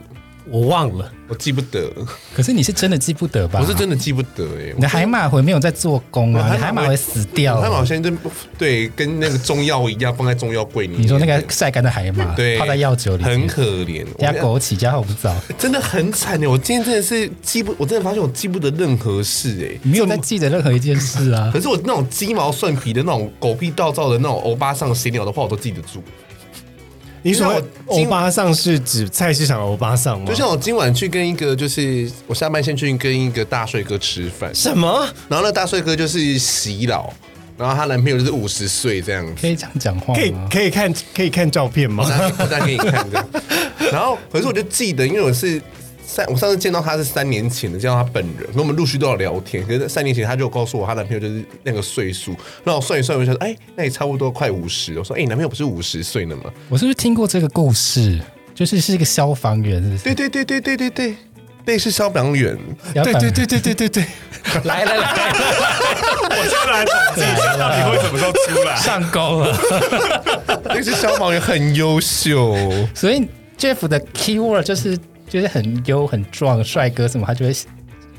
Speaker 1: 我忘了。
Speaker 4: 我记不得，
Speaker 3: 可是你是真的记不得吧？
Speaker 4: 我是，真的记不得哎、
Speaker 3: 你的海马回没有在做工
Speaker 4: 我
Speaker 3: 啊，
Speaker 4: 海
Speaker 3: 你海
Speaker 4: 马回
Speaker 3: 马回死掉
Speaker 4: 我他们好
Speaker 3: 了。
Speaker 4: 像真对跟那个中药一样放在中药柜里面。
Speaker 3: 你说那个晒干的海马，
Speaker 4: 对
Speaker 3: 泡在药酒里面，
Speaker 4: 很可怜，
Speaker 3: 加
Speaker 4: 我
Speaker 3: 枸杞加红枣，
Speaker 4: 真的很惨哎！我今天真的是记不，我真的发现我记不得任何事哎。
Speaker 3: 你没有在记得任何一件事啊
Speaker 4: 可。是我那种鸡毛蒜皮的那种狗屁倒灶的那种欧巴上闲聊的话，我都记得住。
Speaker 1: 你所谓
Speaker 4: 我今
Speaker 1: 欧巴上是指菜市场欧巴上吗？
Speaker 4: 就像我今晚去跟一个，就是我下班先去跟一个大帅哥吃饭，
Speaker 1: 什么？
Speaker 4: 然后那大帅哥就是洗脑，然后她男朋友就是五十岁这样子。
Speaker 3: 可以这样讲话
Speaker 1: 可以
Speaker 3: 吗？
Speaker 1: 可以看可以看照片吗？
Speaker 4: 我再给你看这样。然后，可是我就记得，因为我是三，我上次见到他是三年前的，见到他本人，跟我们陆续都有聊天。可是三年前他就告诉我，她男朋友就是那个岁数。然后我算一算，我就想说，哎、那也差不多快五十。我说，哎、你男朋友不是五十岁了吗？
Speaker 3: 我是不是听过这个故事？就是是一个消防员，是不
Speaker 4: 对
Speaker 3: 是？
Speaker 4: 对对对对对对，那是消防员。
Speaker 3: 对
Speaker 1: 对对，对对对对对，
Speaker 3: 来来来，
Speaker 2: 我先来统计一下，到底会什么时候出来？ [laughs]
Speaker 3: 上钩了。
Speaker 4: 那是消防员很优秀，
Speaker 3: 所以 Jeff 的 keyword 就是就是很优、很壮、帅哥什么，他就会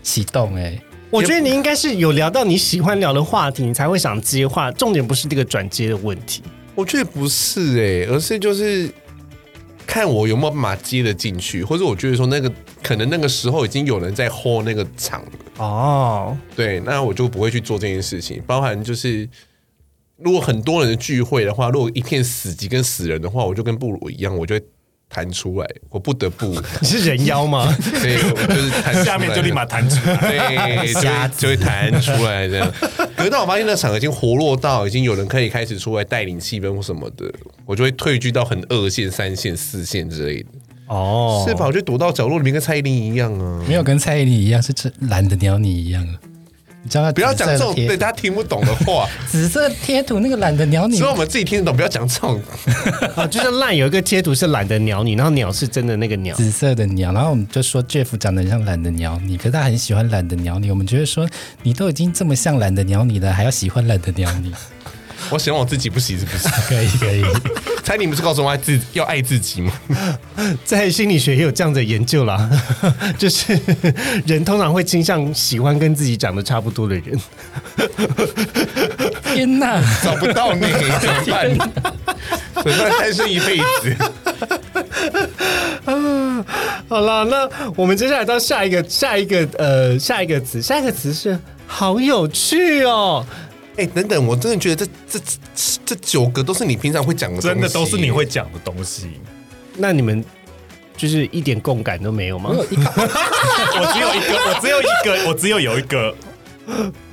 Speaker 3: 启动哎、
Speaker 1: 我觉得你应该是有聊到你喜欢聊的话题，你才会想接话。重点不是这个转接的问题。
Speaker 4: 我觉得不是哎、而是就是看我有没有办法接得进去，或者我觉得说那个可能那个时候已经有人在 hold 那个场了。
Speaker 1: 哦，
Speaker 4: 对，那我就不会去做这件事情。包含就是，如果很多人的聚会的话，如果一片死寂跟死人的话，我就跟布鲁一样，我就会弹出来，我不得不，
Speaker 1: 你是人妖吗？
Speaker 4: 对，我就是弹出
Speaker 2: [laughs]
Speaker 4: 来，
Speaker 2: 下面就立
Speaker 4: [laughs]
Speaker 2: 马弹出来。
Speaker 4: 对，就会就会弹出来这样。可是当我发现那场已经活络到已经有人可以开始出来带领气氛或什么的，我就会退居到很二线、三线、四线之类的，
Speaker 1: [laughs] 哦，
Speaker 4: 是吧？？我就躲到角落里面，跟蔡依林一样啊。
Speaker 3: 没有跟蔡依林一样，是真懒得鸟你一样啊。你知道那
Speaker 4: 不要讲
Speaker 3: 紫
Speaker 4: 这
Speaker 3: 色的
Speaker 4: 种
Speaker 3: 贴
Speaker 4: 对大家听不懂的 [laughs] 话，
Speaker 3: 紫色贴图那个懒得鸟你
Speaker 4: 只有我们自己听得懂，不要讲这种
Speaker 1: 啊，就是烂有一个贴图是懒得鸟你，然后鸟是真的那个鸟。
Speaker 3: 紫色的鸟，然后我们就说 Jeff 长得很像懒得鸟你，可是他很喜欢懒得鸟你，我们就会说你都已经这么像懒得鸟你了，还要喜欢懒得鸟你，
Speaker 4: 我喜欢我自己不行是不是？
Speaker 3: 可以可以，
Speaker 4: 猜你不是告诉我爱自 [laughs] 要爱自己吗？
Speaker 1: 在心理学也有这样的研究啦， [laughs] 就是人通常会倾向喜欢跟自己长得差不多的人。
Speaker 3: 天哪！
Speaker 4: 找不到 [laughs] 你怎么办？怎么办？单身一辈子，
Speaker 1: 好啦，那我们接下来到下一个下一个呃下一个词，下一个词是好有趣哦。
Speaker 4: 哎、等等，我真的觉得这这这这九个都是你平常会讲的，
Speaker 2: 真的都是你会。讲的东西。
Speaker 1: 那你们就是一点共感都没有吗？
Speaker 2: 我只有一个，我只有一个，我只有有一个。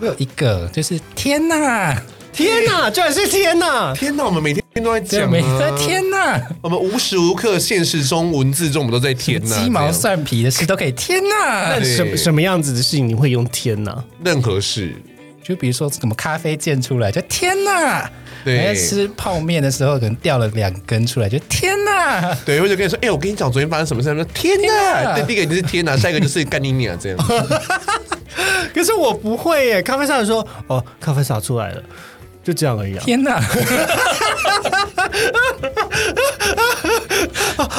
Speaker 3: 我有一个就是天哪，
Speaker 1: 天哪，居然是天哪！
Speaker 4: 天哪，我们每天都在
Speaker 3: 这
Speaker 4: 讲、
Speaker 3: 没
Speaker 4: 啊，
Speaker 3: 天哪，
Speaker 4: 我们无时无刻现实中文字中我们都在填呐、
Speaker 3: 鸡毛
Speaker 4: 这样
Speaker 3: 蒜皮的事都可以天哪
Speaker 1: 那。
Speaker 4: 对
Speaker 1: 什么什么样子的事情你会用天哪？
Speaker 4: 任何事，
Speaker 3: 就比如说什么咖啡溅出来，就天哪！
Speaker 4: 对
Speaker 3: 还在吃泡面的时候，可能掉了两根出来，就天哪！
Speaker 4: 对，我就跟你说，哎、我跟你讲昨天发生什么事，他说天
Speaker 3: 天
Speaker 4: 哪，
Speaker 3: 哪
Speaker 4: 对，第一个就是天哪，下一个就是干你娘这样，
Speaker 1: 可是我不会耶，咖啡洒说哦，咖啡洒出来了，就这样而已啊。
Speaker 3: 天
Speaker 4: [laughs]
Speaker 3: 哪！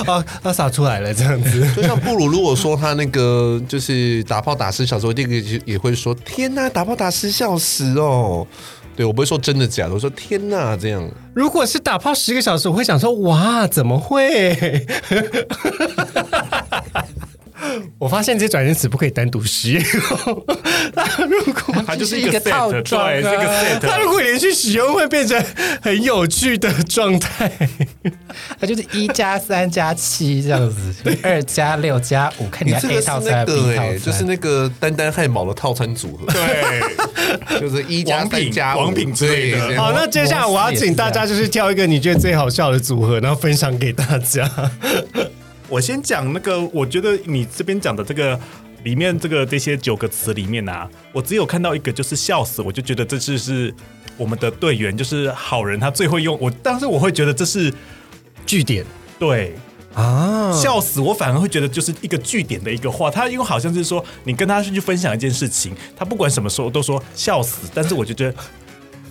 Speaker 1: 啊啊，洒出来了这样
Speaker 4: [laughs]
Speaker 1: 子。
Speaker 4: 就像布鲁如果说他那个就是打炮打十小时，我第一个就也会说天哪，打炮打十小时哦，对我不会说真的假的，我说天哪这样。
Speaker 1: 如果是打泡十个小时，我会想说哇，怎么会？ [laughs] 我发现这些转义词不可以单独使用。 [laughs] 那如果
Speaker 2: 它就是
Speaker 3: 就是一个
Speaker 2: set，
Speaker 3: 套装
Speaker 2: [laughs]
Speaker 3: 啊
Speaker 2: 对，是一个 set。
Speaker 1: 它如果连续使用，会变成很有趣的状态。
Speaker 3: 它就是一加三加七这样子，二加六加五，看你
Speaker 4: 你
Speaker 3: 要
Speaker 4: 这个
Speaker 3: A
Speaker 4: 是
Speaker 3: 套餐
Speaker 4: 那
Speaker 3: 还是 B
Speaker 4: 个
Speaker 3: 套
Speaker 4: 哎、
Speaker 3: 餐。
Speaker 4: 就是那个丹丹汉堡的套餐组合，
Speaker 3: [laughs]
Speaker 2: 对，
Speaker 4: 就是一加
Speaker 2: 王
Speaker 4: 三
Speaker 2: 品
Speaker 4: 加五
Speaker 2: 王品之类的
Speaker 4: 对
Speaker 1: 好，那接下哎来我要请大家就是挑一个你觉得最好笑的组合，然后分享给大家。
Speaker 2: 我先讲那个，我觉得你这边讲的这个里面这个这些九个词里面啊，我只有看到一个就是笑死，我就觉得这次是我们的队员，就是好人，他最会用我，但是我会觉得这是
Speaker 1: 据点
Speaker 2: 对。
Speaker 1: 啊，
Speaker 2: 笑死！我反而会觉得就是一个据点的一个话，他因为好像是说你跟他去分享一件事情，他不管什么时候都说笑死，但是我就觉得。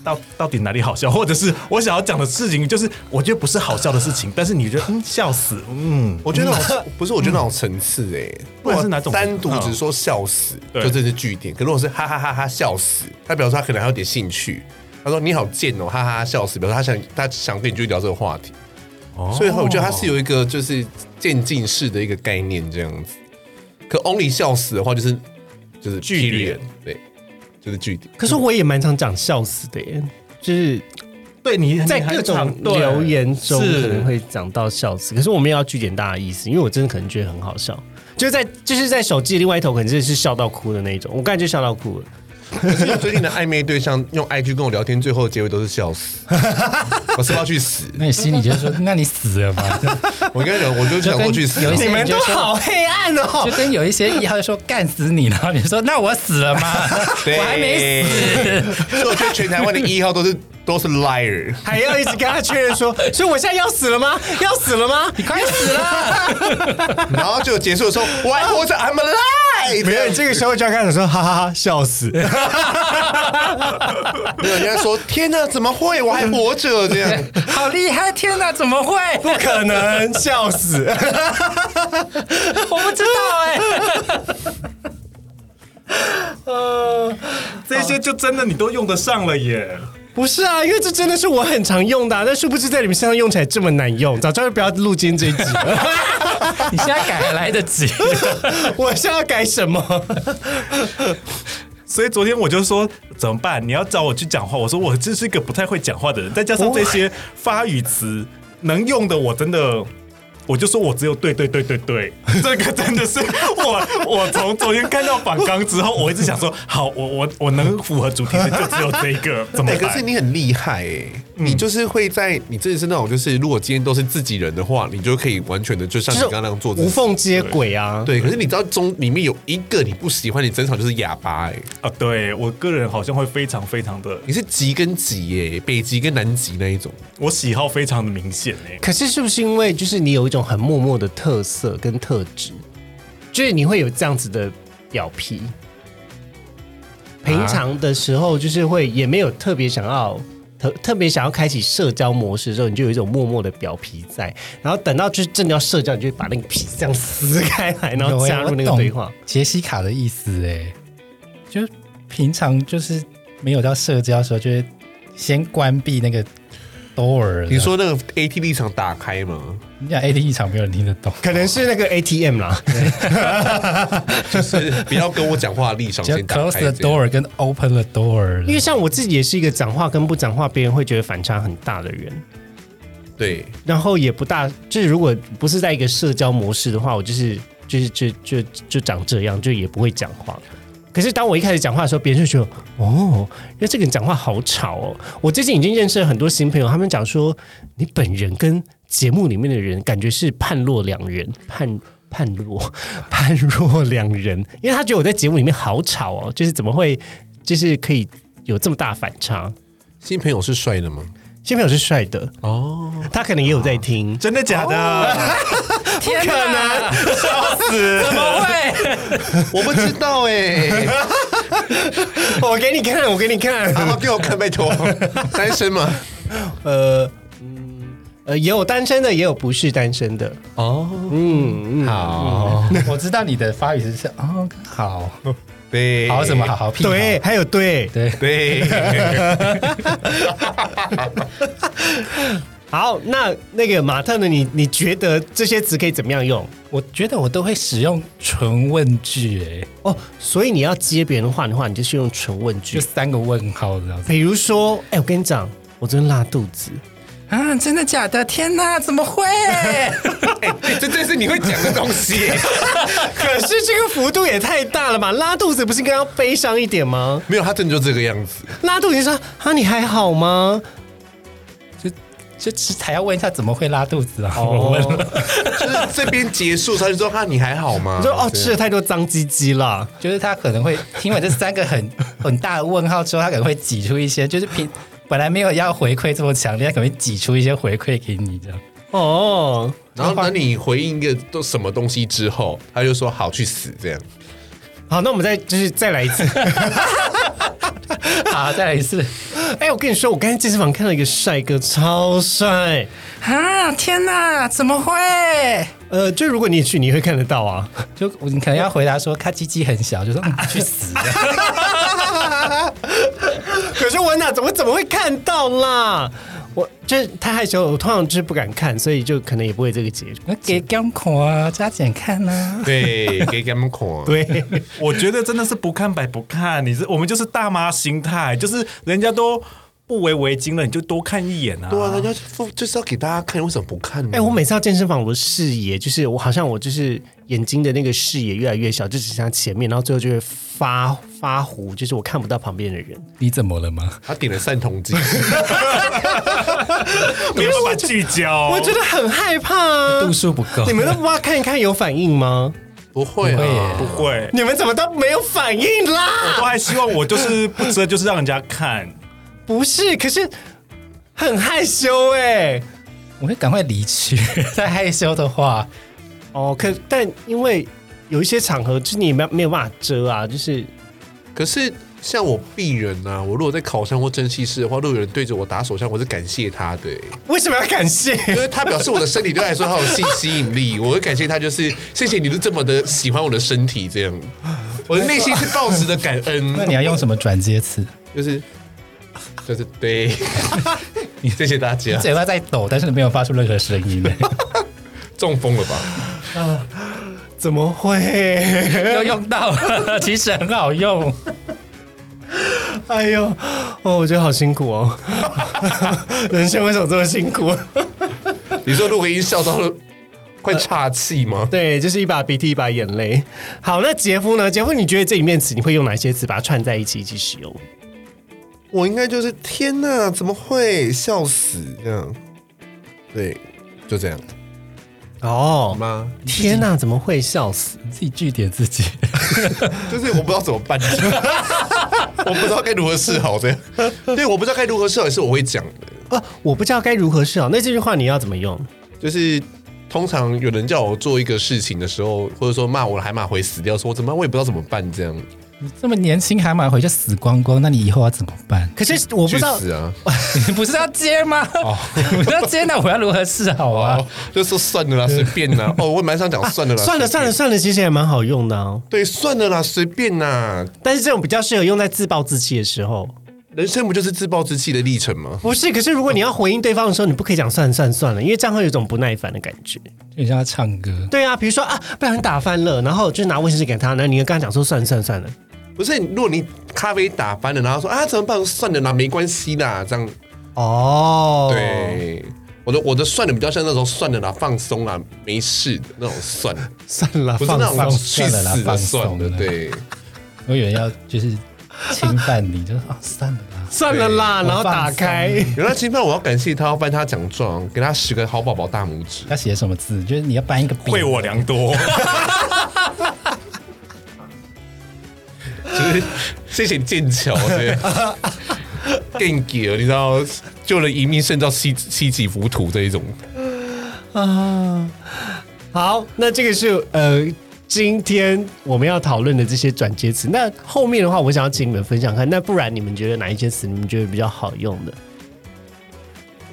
Speaker 2: 到到底哪里好笑，或者是我想要讲的事情，就是我觉得不是好笑的事情，但是你觉得嗯笑死，嗯，
Speaker 4: 我觉得那种不是，我觉得那种层次哎、
Speaker 2: 不管是哪种
Speaker 4: 单独只说笑死，
Speaker 2: 嗯
Speaker 4: 就这是据点。可如果是哈哈哈哈笑死，他表示他可能还有点兴趣。他说你好贱哦，哈哈哈笑死，表示他想他想跟你去聊这个话题。
Speaker 2: 哦
Speaker 4: 所以我觉得他是有一个就是渐进式的一个概念这样子。可 only 笑死的话，就是就是
Speaker 2: 据
Speaker 4: period，
Speaker 2: 点
Speaker 4: 对，就是据点。
Speaker 1: [laughs] 可是我也蛮常讲笑死的耶，就是
Speaker 2: 对你
Speaker 1: 在
Speaker 2: 你很
Speaker 1: 各种
Speaker 2: 常对
Speaker 1: 留言中
Speaker 2: 是
Speaker 1: 可能会讲到笑死，可是我们也要据点大家的意思，因为我真的可能觉得很好笑，就在就是在手机另外一头可能真的是笑到哭的那一种，我刚才就笑到哭了。
Speaker 4: 可是我最近的暧昧对象用 IG 跟我聊天，最后结尾都是笑死，我是不是要去死。
Speaker 3: 那你心里就说，那你死了
Speaker 4: [laughs]
Speaker 3: 吗？
Speaker 4: 我跟你讲，我就想过去死
Speaker 3: 就。跟有一些
Speaker 1: 你
Speaker 3: 你
Speaker 1: 们
Speaker 3: 们
Speaker 1: 都
Speaker 3: 都
Speaker 1: 好
Speaker 3: 好
Speaker 1: 黑暗哦
Speaker 3: 就！跟有一些一号说干死你，然后你说那我死了吗？
Speaker 4: [laughs] 对
Speaker 3: 我还没 [laughs] 死。
Speaker 4: 所以我觉得全台湾的一号都是都是 liar。
Speaker 1: [laughs] 还要一直跟他确认说，所以我现在要死了吗？要死了吗？
Speaker 3: 你快死了！
Speaker 4: 然后就结束的时候，我还活着，I'm alive。
Speaker 1: [laughs] 没有，你这个时候就要开始说哈哈哈，笑死！
Speaker 4: 没有人家说天哪，怎么会？我还活着这样。
Speaker 3: [laughs] 好厉害！天哪，怎么会？
Speaker 1: 不可能，笑死！
Speaker 3: [laughs] 我不知道哎、
Speaker 2: 这些就真的你都用得上了耶。
Speaker 1: 不是啊，因为这真的是我很常用的、啊，但殊不知在你们身上用起来这么难用，早知道就不要录今天这一集
Speaker 4: [laughs]
Speaker 1: 了。
Speaker 3: 你现在改还来得 [laughs] 及。
Speaker 1: 我现在要改什么？
Speaker 2: 所以昨天我就说怎么办？你要找我去讲话，我说我这是一个不太会讲话的人，再加上这些发语词能用的，我真的。我就说，我只有对对对对对， [laughs] 这个真的是我。我从昨天看到反纲之后，我一直想说，好，我我我能符合主题的就只有这一
Speaker 1: [laughs]
Speaker 2: 个，怎么
Speaker 4: 哎，可是
Speaker 2: 办？
Speaker 4: 你很厉害哎、你就是会在你真的是那种，就是如果今天都是自己人的话，你就可以完全的就像你刚刚那样做自己
Speaker 1: 无缝接轨啊！
Speaker 4: 对，可是你知道中里面有一个你不喜欢，你整场就是哑巴哎、
Speaker 2: 啊，对我个人好像会非常非常的，
Speaker 4: 你是极跟极耶、北极跟南极那一种。
Speaker 2: 我喜好非常的明显诶、
Speaker 1: 可是是不是因为就是你有一种很默默的特色跟特质，就是你会有这样子的表皮？平常的时候就是会也没有特别想要特特别想要开启社交模式的时候，你就有一种默默的表皮在，然后等到就是正要社交，你就把那个皮这样撕开来，然
Speaker 3: 啊
Speaker 1: 后加入那个对话。
Speaker 3: 欸杰西卡的意思哎、就平常就是没有到社交的时候，就会先关闭那个 door。
Speaker 4: 你说那个 AT 立场打开吗？
Speaker 3: 你讲 AD 异常，没有人听得懂，
Speaker 1: 可能是那个 ATM 啦，
Speaker 4: 就是不要跟我讲话的
Speaker 3: [laughs]
Speaker 4: 立场
Speaker 3: 只要
Speaker 4: 先打
Speaker 3: close
Speaker 4: 开
Speaker 3: the
Speaker 4: 这样
Speaker 3: door 跟 open the door
Speaker 1: 因为像我自己也是一个讲话跟不讲话，别人会觉得反差很大的人。
Speaker 4: 对，
Speaker 1: 然后也不大，就是如果不是在一个社交模式的话，我就是就是就就就长这样，就也不会讲话。可是当我一开始讲话的时候，别人就觉得哦，因为这个人讲话好吵哦。我最近已经认识了很多新朋友，他们讲说你本人跟节目里面的人感觉是判若两人，判判若 [laughs] 判若两人，因为他觉得我在节目里面好吵哦，就是怎么会就是可以有这么大反差？
Speaker 4: 新朋友是帅的吗？
Speaker 1: 新朋友是帅的哦，他可能也有在听，
Speaker 2: 真的假
Speaker 1: 哦
Speaker 2: 的？
Speaker 1: 天哪！
Speaker 4: 我不知道哎、
Speaker 1: [laughs] 我给你看，我给你看。
Speaker 4: 好好给我看，拜托， [laughs] 单身吗？
Speaker 1: [laughs] 呃，嗯，呃，也有单身的，也有不是单身的。
Speaker 4: 哦，
Speaker 1: 嗯，嗯
Speaker 4: 好，
Speaker 3: 我知道你的发语词是哦，好
Speaker 4: 对，
Speaker 3: 好什么好？好屁好
Speaker 1: 对，还有对。
Speaker 3: 对，
Speaker 4: 对， [laughs]
Speaker 1: 好，那那个马特呢？你你觉得这些词可以怎么样用？
Speaker 3: 我觉得我都会使用纯问句哎、
Speaker 1: 哦，所以你要接别人的话的话，你就是用纯问句
Speaker 3: 就。三个问号这样子
Speaker 1: 比如说，哎、我跟你讲，我昨天拉肚子。
Speaker 3: 啊，真的假的？天哪，怎么会？
Speaker 4: 这真是你会讲的东西、
Speaker 1: [laughs] 可是这个幅度也太大了吧？拉肚子不是应该要悲伤一点吗？
Speaker 4: 没有，他真的就这个样子。
Speaker 1: 拉肚子说啊，你还好吗？
Speaker 3: [laughs] 就只还要问一下怎么会拉肚子啊？我问
Speaker 1: 哦，
Speaker 4: 就是这边结束，他就说：“啊，你还好吗？”
Speaker 1: 我说哦，
Speaker 4: 这
Speaker 1: 吃了
Speaker 4: 样
Speaker 1: 太多脏鸡鸡了。
Speaker 3: 就是他可能会听完这三个很 [laughs] 很大的问号之后，他可能会挤出一些，就是平本来没有要回馈这么强烈，他可能会挤出一些回馈给你 [laughs] 这样。
Speaker 1: 哦，
Speaker 4: 然后等你回应一个都什么东西之后，他就说：“好，去死！”这样。
Speaker 1: 好，那我们再就是再来一次。
Speaker 3: 好，再来一次。
Speaker 1: [laughs] 哎、我跟你说，我刚才健身房看到一个帅哥，超帅。
Speaker 3: 啊，天哪，怎么会？
Speaker 1: 呃，就如果你去，你会看得到啊。 [laughs]
Speaker 3: 就你可能要回答说，他鸡鸡很小，就说、嗯、去死。
Speaker 1: 可是我哪怎么怎么会看到啦？我就是太害羞了，我通常就是不敢看，所以就可能也不会这个结果。 [laughs]
Speaker 3: 我给干口啊，加减看啊。
Speaker 4: 对，给他们看。
Speaker 1: 对，
Speaker 2: 我觉得真的是不看白不看，你是我们就是大妈心态，就是人家都不围围巾了，你就多看一眼啊。
Speaker 4: 对啊，人家就就是要给大家看，为什么不看呢？
Speaker 1: 哎、我每次到健身房，我的视野就是我好像我就是眼睛的那个视野越来越小，就只剩下前面，然后最后就会发发糊，就是我看不到旁边的人。
Speaker 3: 你怎么了吗？
Speaker 4: 他点了三桶鸡，
Speaker 2: 没有办法聚焦。
Speaker 1: 我觉得很害怕啊！
Speaker 3: [laughs] 度数不够
Speaker 1: 你们都不怕看一看有反应吗？
Speaker 4: 不会
Speaker 3: 不会
Speaker 4: 啊
Speaker 3: 耶，
Speaker 2: 不 [laughs] 会，
Speaker 1: 你们怎么都没有反应啦？
Speaker 2: 我还希望我就是不遮，就是让人家 [laughs] 看。
Speaker 1: 不是，可是很害羞哎、
Speaker 3: 我会赶快离 [laughs] 去。再害羞的话，
Speaker 1: 哦，可但因为有一些场合，就是你没没有办法遮啊，就是
Speaker 4: 可是像我鄙人呐、啊，我如果在烤箱或蒸汽室的话，如果有人对着我打手枪，我是感谢他的、欸
Speaker 1: 为什么要感谢？ [laughs]
Speaker 4: 因为他表示我的身体对他来说他有性吸引力，我会感谢他，就是谢谢你是这么的喜欢我的身体，这样，我的内心是抱持的感
Speaker 3: 那你
Speaker 4: 恩，
Speaker 3: 要用什么转接词？
Speaker 4: 就是就是对， [laughs] 谢谢大家，
Speaker 3: 嘴巴在抖，但是没有发出任何声 [laughs] 音。
Speaker 4: 中风了吧？
Speaker 1: 怎么会？ [laughs]
Speaker 3: 又用 [laughs] 到了，其实很好用。
Speaker 1: 哎呦，哦，我觉得好辛苦哦， [laughs] 人生为什么这么辛苦？ [laughs]
Speaker 4: 你说录个音笑到了快岔气吗？
Speaker 1: 对，就是一把鼻涕一把眼泪。好，那杰夫呢？杰夫，你觉得这里面词你会用哪些词把它串在一起一起使用？
Speaker 4: 我应该就是天哪，怎么会笑死这样？对，就这样，好
Speaker 1: 哦，
Speaker 4: 吗？
Speaker 1: 天哪，怎么会笑死？
Speaker 3: 自己据点自己，
Speaker 4: 就是我不知道怎么办， [laughs] 我不知道该如何是好这样。对，我不知道该如何是好，也是我会讲的。
Speaker 1: 啊，我不知道该如何是好。哦那这句话你要怎么用？
Speaker 4: 就是通常有人叫我做一个事情的时候，或者说骂我的海马回死掉，说我怎么办我也不知道怎么办这样。
Speaker 3: 这么年轻还买回去死光光，那你以后要怎么办？
Speaker 1: 可是我不
Speaker 4: 去
Speaker 1: 知道，
Speaker 4: 死啊！
Speaker 3: 你 [laughs] 不是要接吗？ [laughs] 你不是要接，那我要如何是好啊？
Speaker 4: 哦，就说算
Speaker 1: [laughs]
Speaker 4: 了啦，随便啦。哦，我蛮想讲算了啦，
Speaker 1: 算了算了
Speaker 4: 随便，
Speaker 1: 算了，其实也蛮好用的、哦。
Speaker 4: 对，算了啦，随便啦。
Speaker 1: 但是这种比较适合用在自暴自弃的时候。
Speaker 4: 人生不就是自暴自弃的历程吗？
Speaker 1: 不是，可是如果你要回应对方的时候，你不可以讲算了算了算了，因为这样会有一种不耐烦的感觉。
Speaker 3: 就像要唱歌，
Speaker 1: 对啊，比如说啊，被人打翻了，然后就拿卫生纸给他，然后你又跟他讲说算了算了算了，
Speaker 4: 不是，如果你咖啡打翻了，然后说啊怎么办？算了啦，没关系啦，这样
Speaker 1: 哦，，
Speaker 4: 对。我的我的算了比较像那种算了啦，放松啦，没事的那种算了，
Speaker 1: 算了，
Speaker 4: 不是
Speaker 1: 放
Speaker 4: 那种
Speaker 1: 松。
Speaker 4: 去死的
Speaker 3: 放
Speaker 4: 算
Speaker 3: 松
Speaker 4: 了，
Speaker 3: 了
Speaker 4: 对。
Speaker 3: 我以为要就是侵犯你， [laughs] 就说啊算了啦。
Speaker 1: 算了啦，
Speaker 3: 对
Speaker 1: 然后打
Speaker 3: 我
Speaker 1: 开
Speaker 3: 放
Speaker 4: 原来侵犯我要感谢他，要颁他奖状，给他十个好宝宝大拇
Speaker 3: [laughs]
Speaker 4: 指。
Speaker 3: 要写什么字？就是你要搬一个
Speaker 2: 惠我良多。
Speaker 4: 就是谢谢剑桥，对， [laughs] 更给了，你知道，救了一命胜造七七级浮屠这一种。
Speaker 1: 啊。好，那这个是呃，今天我们要讨论的这些转接词。那后面的话，我想要请你们分享看，那不然你们觉得哪一些词你们觉得比较好用的？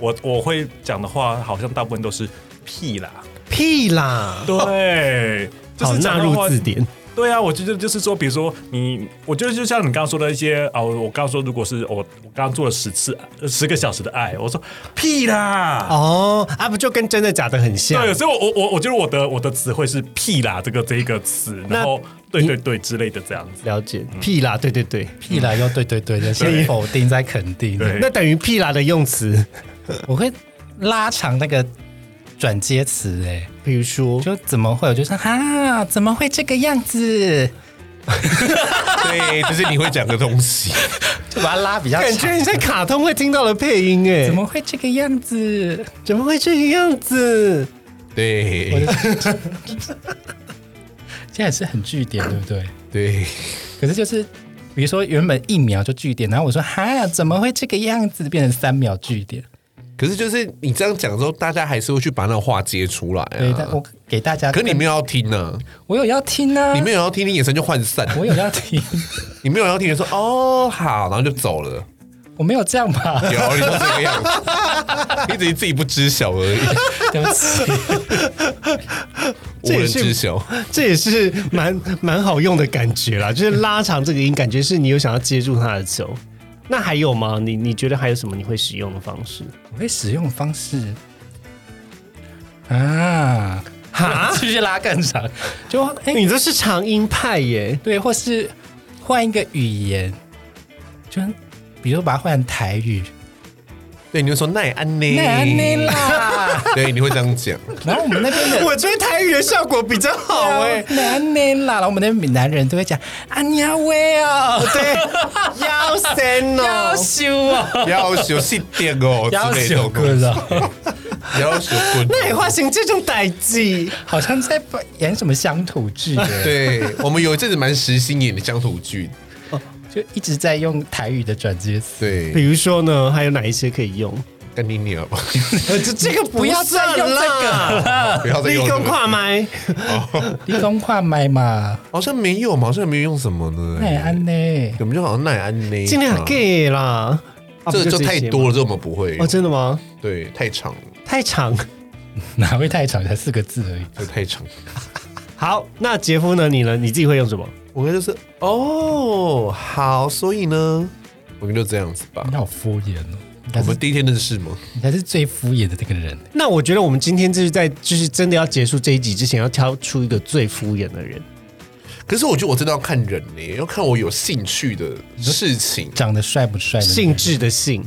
Speaker 2: 我我会讲的话，好像大部分都是屁啦。
Speaker 1: 屁啦，
Speaker 2: 对，就
Speaker 1: 好
Speaker 2: 是
Speaker 1: 纳
Speaker 2: 讲的
Speaker 1: 入
Speaker 2: 话
Speaker 1: 字典。
Speaker 2: 对啊，我觉得就是说，比如说你，我觉得就像你刚刚说的一些啊，我我刚刚说，如果是哦我我刚刚做了十次十个小时的爱，我说屁啦。
Speaker 1: 哦，啊，不就跟真的假的很像？
Speaker 2: 对，所以我，我我我觉得我的我的词汇是“屁啦”这个这一个词，
Speaker 1: 那
Speaker 2: 然后对
Speaker 1: 你
Speaker 2: 对对之类的这样子。
Speaker 1: 了解，屁啦，对对对，
Speaker 3: 屁啦，又对对对 [laughs] 的，先否定再肯定。
Speaker 2: 对
Speaker 1: 那等于屁啦的用词，
Speaker 3: 我会拉长那个转接词，哎，
Speaker 1: 比如说，
Speaker 3: 就怎么会？我就说啊，怎么会这个样子？
Speaker 4: 对，就是你会讲的东西。
Speaker 3: 就把它拉比较
Speaker 1: 感觉
Speaker 3: 长。
Speaker 1: 你在卡通会听到的配音哎，
Speaker 3: 怎么会这个样子？
Speaker 1: 怎么会这个样子？
Speaker 4: 对
Speaker 3: 现在也是很据点，对不对？
Speaker 4: 对，
Speaker 3: 可是就是，比如说原本一秒就据点，然后我说哈，怎么会这个样子？变成三秒据点。
Speaker 4: 可是就是你这样讲之后，大家还是会去把那话接出来
Speaker 3: 对，但
Speaker 4: 啊。
Speaker 3: 我给大家，
Speaker 4: 可你没有要听啊呢、
Speaker 3: 我有要听啊，
Speaker 4: 你没有要听，你眼神就涣散。
Speaker 3: 我有要听，
Speaker 4: 你没有要听，你说哦好，然后就走了。
Speaker 3: 我没有这样吧？
Speaker 4: 有，你就是这个样子， [laughs] 你只是自己不知晓而已，
Speaker 3: [laughs] 对不起，
Speaker 4: 无人知晓。
Speaker 1: 这也是蛮 [laughs] 蛮好用的感觉啦，就是拉长这个音，感觉是你有想要接住他的球。那还有吗？你你觉得还有什么你会使用的方式？
Speaker 3: 我会使用方式啊，
Speaker 1: 哈，
Speaker 3: [laughs] 继续拉更长，就
Speaker 1: 欸
Speaker 3: 哎、
Speaker 1: 你这是长音派耶，
Speaker 3: 对，或是换一个语言，就比如把它换成台语，
Speaker 4: 对，你就说奈安呢？
Speaker 3: 那你
Speaker 4: [laughs]
Speaker 3: 啦，
Speaker 4: 对，你会这样讲。
Speaker 3: 然后我们那边的。
Speaker 1: [laughs] 我觉得台语的效果比较好
Speaker 4: 欸
Speaker 1: [laughs] 哎。
Speaker 3: 南你啦，然后我们那边闽南人都会讲啊，你要喂哦，
Speaker 1: 对，腰身
Speaker 3: 要
Speaker 1: 哦，
Speaker 3: 修哦，
Speaker 4: 要求是点哦，
Speaker 3: 要
Speaker 4: [laughs] 之类的
Speaker 3: 修
Speaker 4: 东
Speaker 3: 哥
Speaker 4: 西，
Speaker 3: 了，
Speaker 4: 要求滚。
Speaker 1: 那你话成这种代际，
Speaker 3: 好像在演什么乡土剧耶，
Speaker 4: [laughs] 对我们有一阵子蛮实心演的乡土剧，
Speaker 3: 就一直在用台语的转接词。
Speaker 4: 对，
Speaker 1: 比如说呢，还有哪一些可以用？
Speaker 4: 干你鸟吧，
Speaker 1: 呃这这个不要
Speaker 3: 再用这个
Speaker 4: [laughs] 不要再
Speaker 1: 立
Speaker 4: 用
Speaker 1: 功
Speaker 4: 这个。
Speaker 1: 跨麦，
Speaker 3: 立功跨麦嘛，
Speaker 4: 好像没有嘛，好像没有用什么
Speaker 3: 奈
Speaker 4: 呢？
Speaker 3: 安呢？
Speaker 4: 我们就好像奈安呢，
Speaker 1: 尽量 gay 啦。啊
Speaker 4: 这个就太多
Speaker 1: 了
Speaker 4: 了，这我们不会
Speaker 1: 哦，，真的吗？
Speaker 4: 对，太长了，
Speaker 1: 太长。
Speaker 3: 哪会太长？才四个字而已。
Speaker 4: 这太长。
Speaker 1: 好，那杰夫呢？你呢？你自己会用什么？
Speaker 4: 我应该就是哦，好，所以呢，我们就这样子吧
Speaker 3: 你。好敷衍哦，你才
Speaker 4: 我
Speaker 3: 是
Speaker 4: 们第一天认识吗？
Speaker 3: 你才是最敷衍的这个人。
Speaker 1: 那我觉得我们今天就是在就是真的要结束这一集之前，要挑出一个最敷衍的人。
Speaker 4: 可是我觉得我真的要看人呢，要看我有兴趣的事情。
Speaker 3: 长得帅不帅的那个
Speaker 1: 性
Speaker 3: 人？
Speaker 1: 质的性，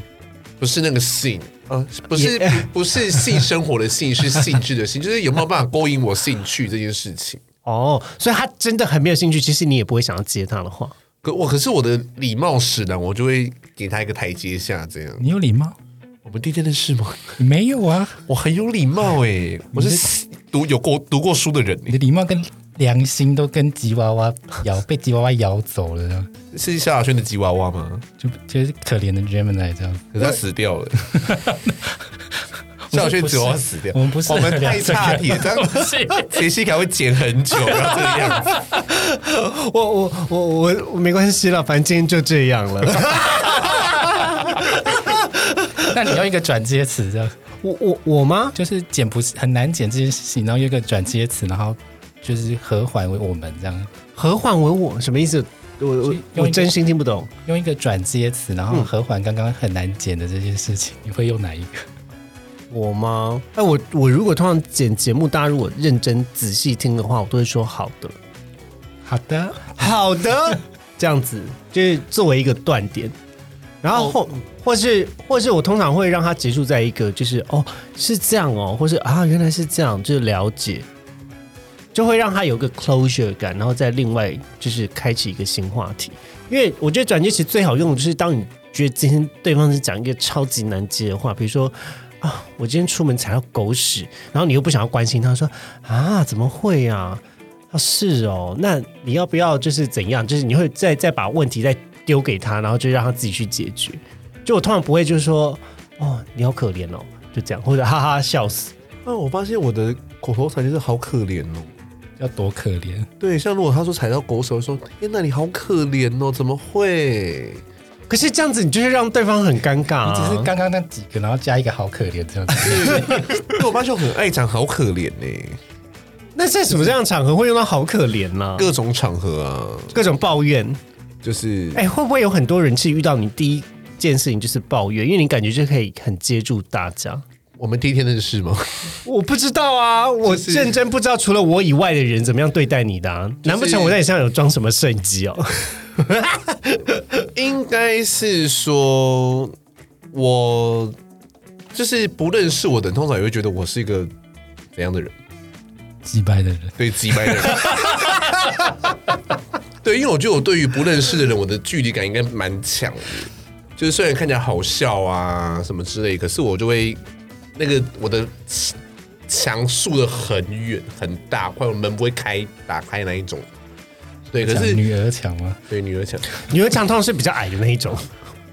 Speaker 4: 不是那个性啊，不是 [laughs] 不不是性生活的性，是性质 [laughs] 的性，就是有没有办法勾引我兴趣这件事情。
Speaker 1: 哦，所以他真的很没有兴趣，其实你也不会想要接他的话。
Speaker 4: 可我可是我的礼貌使然，我就会给他一个台阶下，这样。
Speaker 3: 你有礼貌？
Speaker 4: 我们第一天认识吗？
Speaker 3: 你没有啊？
Speaker 4: 我很有礼貌 [laughs] 诶、我是读有过读过书的人、
Speaker 3: 你的礼貌跟良心都跟吉娃娃摇被吉娃娃摇走了，
Speaker 4: 是萧亚轩的吉娃娃吗？
Speaker 3: [laughs] 就就是可怜的 Gemini 这样。
Speaker 4: 可是他死掉了，叫我去指望死掉。
Speaker 3: 我们不是
Speaker 4: 我们
Speaker 3: 聊
Speaker 4: 太
Speaker 3: 这个
Speaker 4: 差题了，这样
Speaker 3: [laughs]
Speaker 4: 杰西卡会剪很久，然后这个样子。
Speaker 1: 我我我我我没关系了，反正今天就这样了。
Speaker 3: 那你用一个转接词，这样
Speaker 1: [laughs] 我我我吗？
Speaker 3: 就是剪不很难剪这件事情，然后用一个转接词，然后就是和缓为我们这样，
Speaker 1: 何患为我什么意思？我
Speaker 3: 就
Speaker 1: 我
Speaker 3: 用一个
Speaker 1: 我真心听不懂。
Speaker 3: 用一个转接词，然后和缓刚刚很难剪的这件事情，你会用哪一个？
Speaker 1: 我吗？哎，我我如果通常剪节目，大家如果认真仔细听的话，我都会说好的，
Speaker 3: [laughs] 好的，
Speaker 1: 好的，这样子就是作为一个断点。然后或、或是或是我通常会让它结束在一个就是哦是这样哦，或是啊原来是这样，就是了解，就会让它有个 closure 感，然后再另外就是开启一个新话题。因为我觉得转接词最好用的就是当你觉得今天对方是讲一个超级难接的话，比如说啊我今天出门踩到狗屎，然后你又不想要关心他说啊怎么会啊？啊，是哦，那你要不要就是怎样？就是你会再再把问题再丢给他，然后就让他自己去解决。就我通常不会就是说，哦，你好可怜哦，就这样，或者哈哈笑死。
Speaker 4: 那我发现我的口头禅就是好可怜哦。
Speaker 3: 要多可怜。
Speaker 4: 对，像如果他说踩到狗屎，我说天哪，你好可怜哦，怎么会？
Speaker 1: 可是这样子，你就是让对方很尴尬、
Speaker 3: 你只
Speaker 1: 啊。
Speaker 3: 是刚刚那几个，然后加一个好可怜这样子，
Speaker 4: 因为我发现我很爱讲好可怜呢、 [laughs]
Speaker 1: 那在什么样的场合会用到好可怜呢、各
Speaker 4: 各种场合啊，
Speaker 1: 各种抱怨，
Speaker 4: 就是
Speaker 1: 哎、会不会有很多人是遇到你第一件事情就是抱怨，因为你感觉就可以很接住大家？
Speaker 4: 我们第一天认识吗？
Speaker 1: 我不知道啊，我
Speaker 4: 就是
Speaker 1: 认真不知道除了我以外的人怎么样对待你的、啊。难不成我在你身上有装什么摄影机哦？
Speaker 4: 应该是说，我就是不认识我的人，通常也会觉得我是一个怎样的人，
Speaker 3: 击败的人。
Speaker 4: 对，击败
Speaker 3: [laughs]
Speaker 4: 的人。对，因为我觉得我对于不认识的人，我的距离感应该蛮强的。就是虽然看起来好笑啊什么之类，可是我就会那个我的墙竖的很远很大，快门不会开打开那一种。对，可
Speaker 3: 讲
Speaker 4: 是
Speaker 3: 女儿强吗？
Speaker 4: 对女儿墙，
Speaker 1: 女儿墙通常是比较矮的那一种，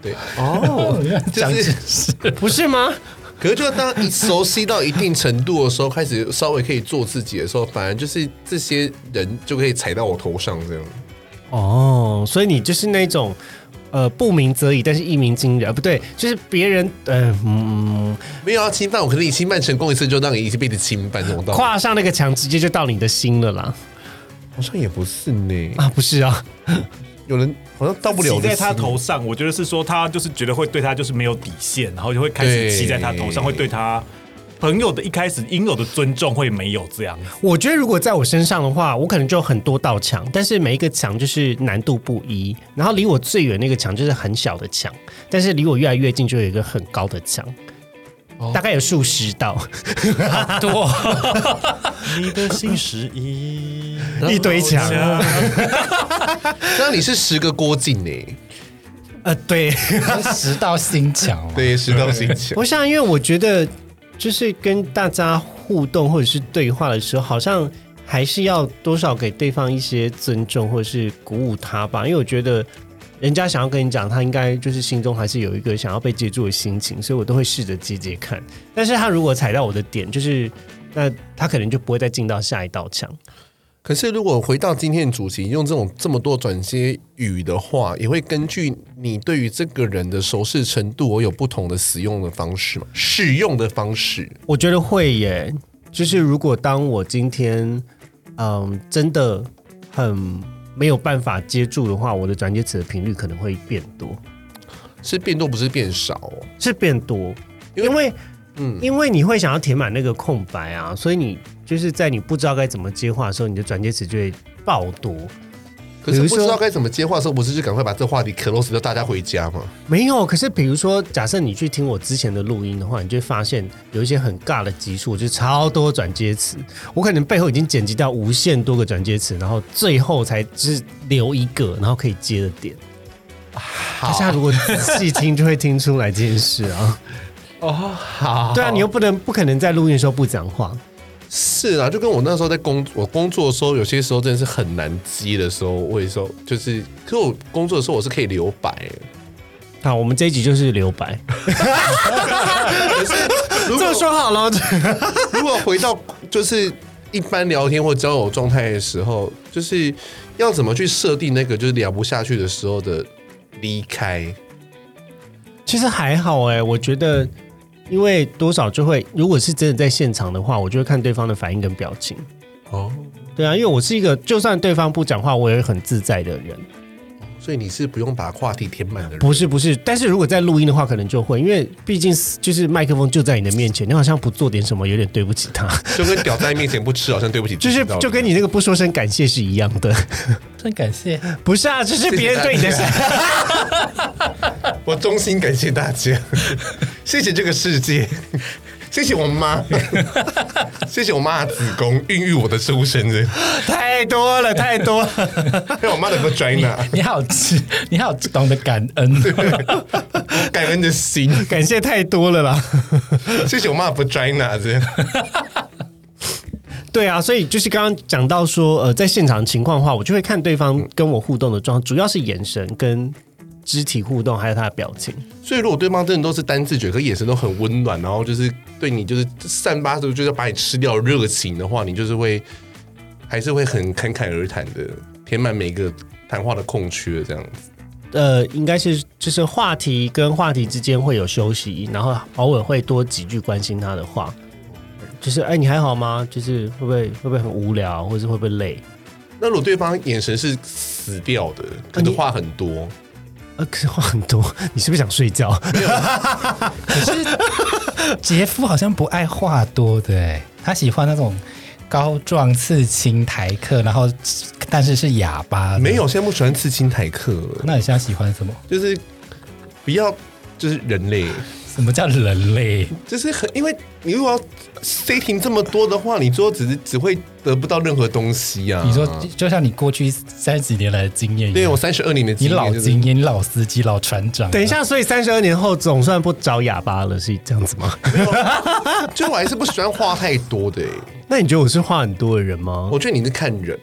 Speaker 4: 对哦，就
Speaker 3: 讲
Speaker 4: 是
Speaker 1: [laughs] 不是吗？
Speaker 4: 可是，就当你熟悉到一定程度的时候，开始稍微可以做自己的时候，反而就是这些人就可以踩到我头上这样。
Speaker 1: 哦，所以你就是那种呃不鸣则已，但是一鸣惊人，呃不对，就是别人呃嗯
Speaker 4: 没有要侵犯我，可能你侵犯成功一次，就让你一辈子侵犯这种道理。
Speaker 1: 跨上那个墙，直接就到你的心了啦。
Speaker 4: [laughs] 好像也不是呢，
Speaker 1: 啊，不是啊，
Speaker 4: 有人好像到不了
Speaker 2: 骑
Speaker 4: 我的
Speaker 2: 在他
Speaker 4: 心
Speaker 2: 头上，我觉得是说他就是觉得会对他就是没有底线，然后就会开始骑在他头上，
Speaker 4: 对
Speaker 2: 会对他朋友的一开始应有的尊重会没有这样。
Speaker 1: 我觉得如果在我身上的话，我可能就有很多道墙，但是每一个墙就是难度不一。然后离我最远那个墙就是很小的墙，但是离我越来越近就有一个很高的墙，大概有数十道，
Speaker 3: 多
Speaker 2: 你的心是一
Speaker 1: [laughs] 一堆墙。
Speaker 4: 那你是十个郭靖 [laughs] 呢？
Speaker 1: 呃，对。
Speaker 3: 十道心墙嘛。
Speaker 4: 对，十道心 [laughs] 情。
Speaker 1: 我想，因为我觉得就是跟大家互动或者是对话的时候，好像还是要多少给对方一些尊重或者是鼓舞他吧，因为我觉得。人家想要跟你讲，他应该就是心中还是有一个想要被接住的心情，所以我都会试着接接看。但是他如果踩到我的点，就是那他可能就不会再进到下一道墙。
Speaker 4: 可是如果回到今天的主题，用这种这么多转接语的话，也会根据你对于这个人的熟识程度，我有不同的使用的方式嘛？使用的方式。
Speaker 1: 我觉得会耶，就是如果当我今天嗯真的很没有办法接住的话，我的转接词的频率可能会变多，
Speaker 4: 是变多不是变少、哦，
Speaker 1: 是变多，
Speaker 4: 因为
Speaker 1: 因为
Speaker 4: 嗯
Speaker 1: 因为你会想要填满那个空白啊，所以你就是在你不知道该怎么接话的时候，你的转接词就会爆多。
Speaker 4: 可是
Speaker 1: 比如
Speaker 4: 不
Speaker 1: 说
Speaker 4: 知道该怎么接话的时候，不是就赶快把这话题 close 掉，大家回家吗？
Speaker 1: 没有，可是比如说，假设你去听我之前的录音的话，你就会发现有一些很尬的集数，就是超多转接词。我可能背后已经剪辑到无限多个转接词，然后最后才只留一个，然后可以接的
Speaker 4: [laughs]
Speaker 1: 点。啊大家如果仔细听，就会听出来这件事啊。
Speaker 4: 好
Speaker 1: 对啊，你又不能不可能在录音的时候不讲话。
Speaker 4: 是啊，就跟我那时候在工我工作的时候，有些时候真的是很难接的时候，我有时候就是，可是我工作的时候我是可以留白，
Speaker 5: 好，我们这一集就是留
Speaker 1: [laughs]
Speaker 5: 白。
Speaker 4: 可是 [laughs] 如
Speaker 1: 这么
Speaker 4: 果
Speaker 1: 说好了，
Speaker 4: 如果回到就是一般聊天或交友状态的时候，就是要怎么去设定那个就是聊不下去的时候的离开？
Speaker 1: 其实还好哎、我觉得，因为多少就会，如果是真的在现场的话，我就会看对方的反应跟表情。
Speaker 4: 哦，
Speaker 1: 对啊，因为我是一个就算对方不讲话，我也会很自在的人。
Speaker 4: 所以你是不用把话题填满的人，
Speaker 1: 不是不是，但是如果在录音的话，可能就会，因为毕竟是就是麦克风就在你的面前，你好像不做点什么，有点对不起
Speaker 4: [laughs]
Speaker 1: 他。
Speaker 4: 就跟屌在面前不吃，好像对不起自
Speaker 1: 就
Speaker 4: 己
Speaker 1: 是
Speaker 4: 知道吗，
Speaker 1: 就跟你那个不说声感谢是一样的， [laughs]
Speaker 3: 真感谢，
Speaker 1: 不是啊？就是别人对你的
Speaker 4: [laughs]
Speaker 1: 善，
Speaker 4: 我衷心感谢大家，谢谢这个世界，谢谢我妈，谢谢我妈的子宫孕育我的出生的，
Speaker 1: 太多了，太多了。
Speaker 4: 还有我妈的
Speaker 3: [laughs]
Speaker 4: vagina，
Speaker 3: 你好知，你好懂得感恩。
Speaker 4: 感恩的心，
Speaker 1: 感谢太多了啦。
Speaker 4: 谢谢我妈的 vagina 这样。
Speaker 1: 对啊，所以就是刚刚讲到说，呃，在现场情况的话，我就会看对方跟我互动的状况，主要是眼神跟肢体互动，还有他的表情。
Speaker 4: 所以如果对方真的都是单字嘴，可眼神都很温暖，然后就是对你就是散发出就是要把你吃掉的热情的话，你就是会还是会很侃侃而谈的，填满每个谈话的空缺这样子。
Speaker 1: 呃，应该是就是话题跟话题之间会有休息，然后偶尔会多几句关心他的话，就是哎、你还好吗？就是会不会会不会很无聊，或者是会不会累？
Speaker 4: 那如果对方眼神是死掉的，可是话很多，
Speaker 1: 呃，可是话很多， [laughs] 你是不是想睡觉？ [laughs]
Speaker 3: 可是杰夫好像不爱话多的、欸，他喜欢那种高壮刺青台客，然后但是是哑巴。
Speaker 4: 没，有，现在不喜欢刺青台客了，
Speaker 3: 那你现在喜欢什么？
Speaker 4: 就是不要就是人类，
Speaker 3: 什么叫人类？
Speaker 4: 就是很因为你如果要 setting 这么多的话，你最后只是只会得不到任何东西啊。
Speaker 3: 你说就像你过去三十年来的经验一样，
Speaker 4: 对我三十二年的
Speaker 3: 你
Speaker 4: 经验
Speaker 3: 老
Speaker 4: 就是
Speaker 3: 经验、你老司机、老船长。
Speaker 1: 等一，下，所以三十二年后总算不找哑巴了，是这样子吗？
Speaker 4: 就我还是不喜欢话太多的、欸，
Speaker 1: 那你觉得我是话很多的人吗？
Speaker 4: 我觉得你是看人，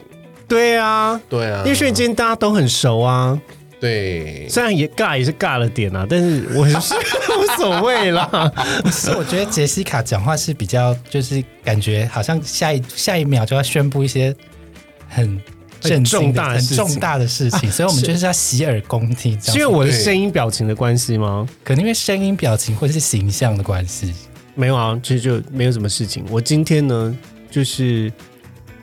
Speaker 1: 对啊，
Speaker 4: 对啊，
Speaker 1: 因为瞬间大家都很熟啊，
Speaker 4: 对，
Speaker 1: 虽然也尬也是尬了点啊，但是 [laughs] 我是无所谓
Speaker 4: [laughs]
Speaker 1: 啦。
Speaker 3: 是我觉得杰西卡讲话是比较，就是感觉好像下一下一秒就要宣布一些很震惊
Speaker 1: 重
Speaker 3: 的
Speaker 1: 大的
Speaker 3: 很
Speaker 1: 事情
Speaker 3: 重大的事 [laughs] 情，所以我们就是要洗耳恭听。这样
Speaker 1: 是因为
Speaker 3: 子
Speaker 1: 我的声音表情的关系吗？
Speaker 3: 可能因为声音、表情或是形象的关系，
Speaker 1: 没有啊，其实就没有什么事情。我今天呢，就是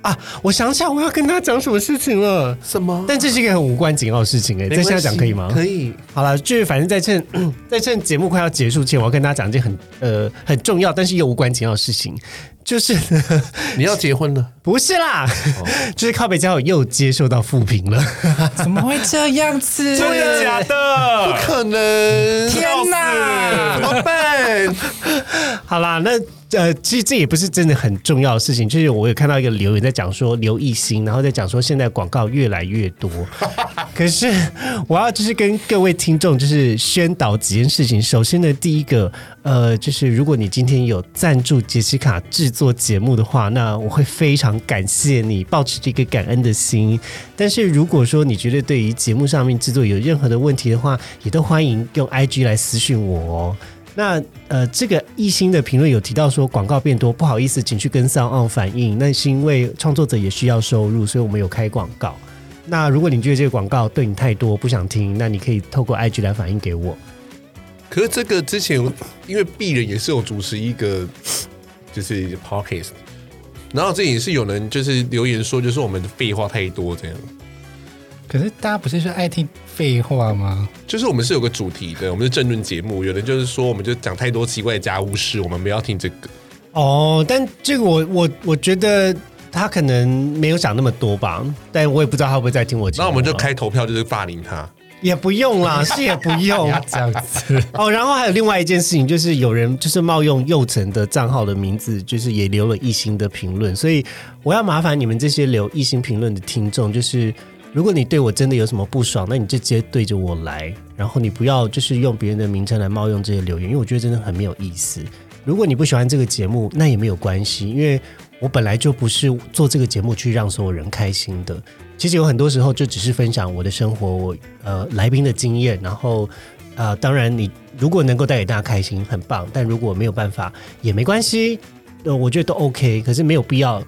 Speaker 1: 啊，我想起来我要跟他讲什么事情了，
Speaker 4: 什么
Speaker 1: 但这是一个很无关紧要的事情哎、在
Speaker 4: 没关系
Speaker 1: 现在讲可以吗？
Speaker 4: 可以，
Speaker 1: 好了，就是反正在趁 [coughs] 在趁节目快要结束前，我要跟大家讲一件很呃很重要，但是又无关紧要的事情，就是呢
Speaker 4: 你要结婚了，
Speaker 1: 不是啦， [laughs] 就是靠北交友又接受到负评了， [laughs]
Speaker 3: 怎么会这样子？
Speaker 2: 真的假的？
Speaker 4: 可能
Speaker 3: 天哪！
Speaker 4: [laughs] 怎么办？
Speaker 1: 好啦，那呃，其实这也不是真的很重要的事情，就是我有看到一个留言在讲说刘艺兴，然后在讲说现在广告越来越多，可是我要就是跟各位听众就是宣导几件事情。首先呢，第一个呃，就是如果你今天有赞助杰西卡制作节目的话，那我会非常感谢你，保持这个感恩的心。但是如果说你觉得对于节目上面制作有任何的问题的话，也都欢迎用 IG 来私讯我哦。那呃，这个一星的评论有提到说广告变多，不好意思，请去跟上岸反映。那是因为创作者也需要收入，所以我们有开广告。那如果你觉得这个广告对你太多，不想听，那你可以透过 IG 来反映给我。
Speaker 4: 可是这个之前有，因为鄙人也是有主持一个就是 podcast，然后这也是有人就是留言说，就是我们的废话太多这样。
Speaker 3: 可是大家不是说爱听废话吗？
Speaker 4: 就是我们是有个主题的，我们是政论节目，有人就是说我们就讲太多奇怪的家务事，我们不要听这个。
Speaker 1: 哦，但这个我我我觉得他可能没有想那么多吧，但我也不知道他会不会在听我节目
Speaker 4: 那
Speaker 1: 啊。
Speaker 4: 我们就开投票，就是霸凌他。
Speaker 1: 也不用啦，是也不
Speaker 4: [laughs]
Speaker 1: 用。
Speaker 3: 这样 [laughs] 子，
Speaker 1: 哦，然后还有另外一件事情，就是有人就是冒用幼晨的账号的名字，就是也留了一星的评论，所以我要麻烦你们这些留一星评论的听众，就是如果你对我真的有什么不爽，那你就直接对着我来，然后你不要就是用别人的名称来冒用这些留言，因为我觉得真的很没有意思。如果你不喜欢这个节目，那也没有关系，因为我本来就不是做这个节目去让所有人开心的。其实有很多时候就只是分享我的生活，我呃来宾的经验，然后呃，当然你如果能够带给大家开心，很棒；但如果没有办法，也没关系。呃，我觉得都 OK，可是没有必要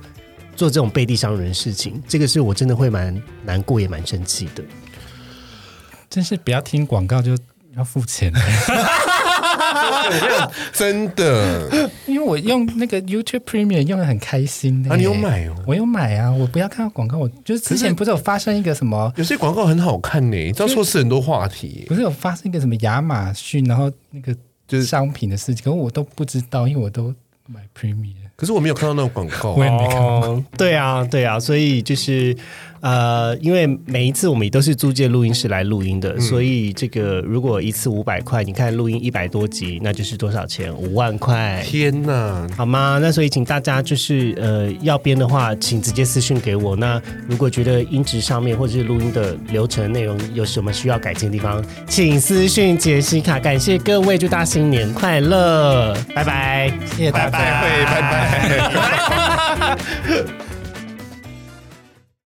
Speaker 1: 做这种背地伤人的事情。这个是我真的会蛮难过，也蛮生气的。
Speaker 3: 真是不要听广告就要付钱，
Speaker 4: 真的，
Speaker 3: 因为我用那个 YouTube Premium 用的很开心、欸。
Speaker 4: 啊你有买哦
Speaker 3: 我有买啊，我不要看到广告，我就是之前不是有发生一个什么，
Speaker 4: [laughs] 有些广告很好看呢、欸，这样说是很多话题耶、
Speaker 3: 不是有发生一个什么亚马逊，然后那
Speaker 4: 就
Speaker 3: 个
Speaker 4: 是
Speaker 3: 商品的事情，可是我都不知道，因为我都买 Premium。
Speaker 4: 可是我没有看到那种广告
Speaker 3: 我，也没看过
Speaker 1: 哦，对啊，对啊，所以就是呃，因为每一次我们也都是租借录音室来录音的，所以这个如果一次五百块，你看录音一百多集，那就是多少钱？五万块。
Speaker 4: 天哪！
Speaker 1: 好吗？那所以请大家就是呃要编的话，请直接私讯给我。那如果觉得音质上面或者是录音的流程内容有什么需要改进的地方，请私讯杰西卡。感谢各位，祝大家新年快乐，拜拜。
Speaker 3: 谢谢大家。
Speaker 4: 拜拜，拜拜。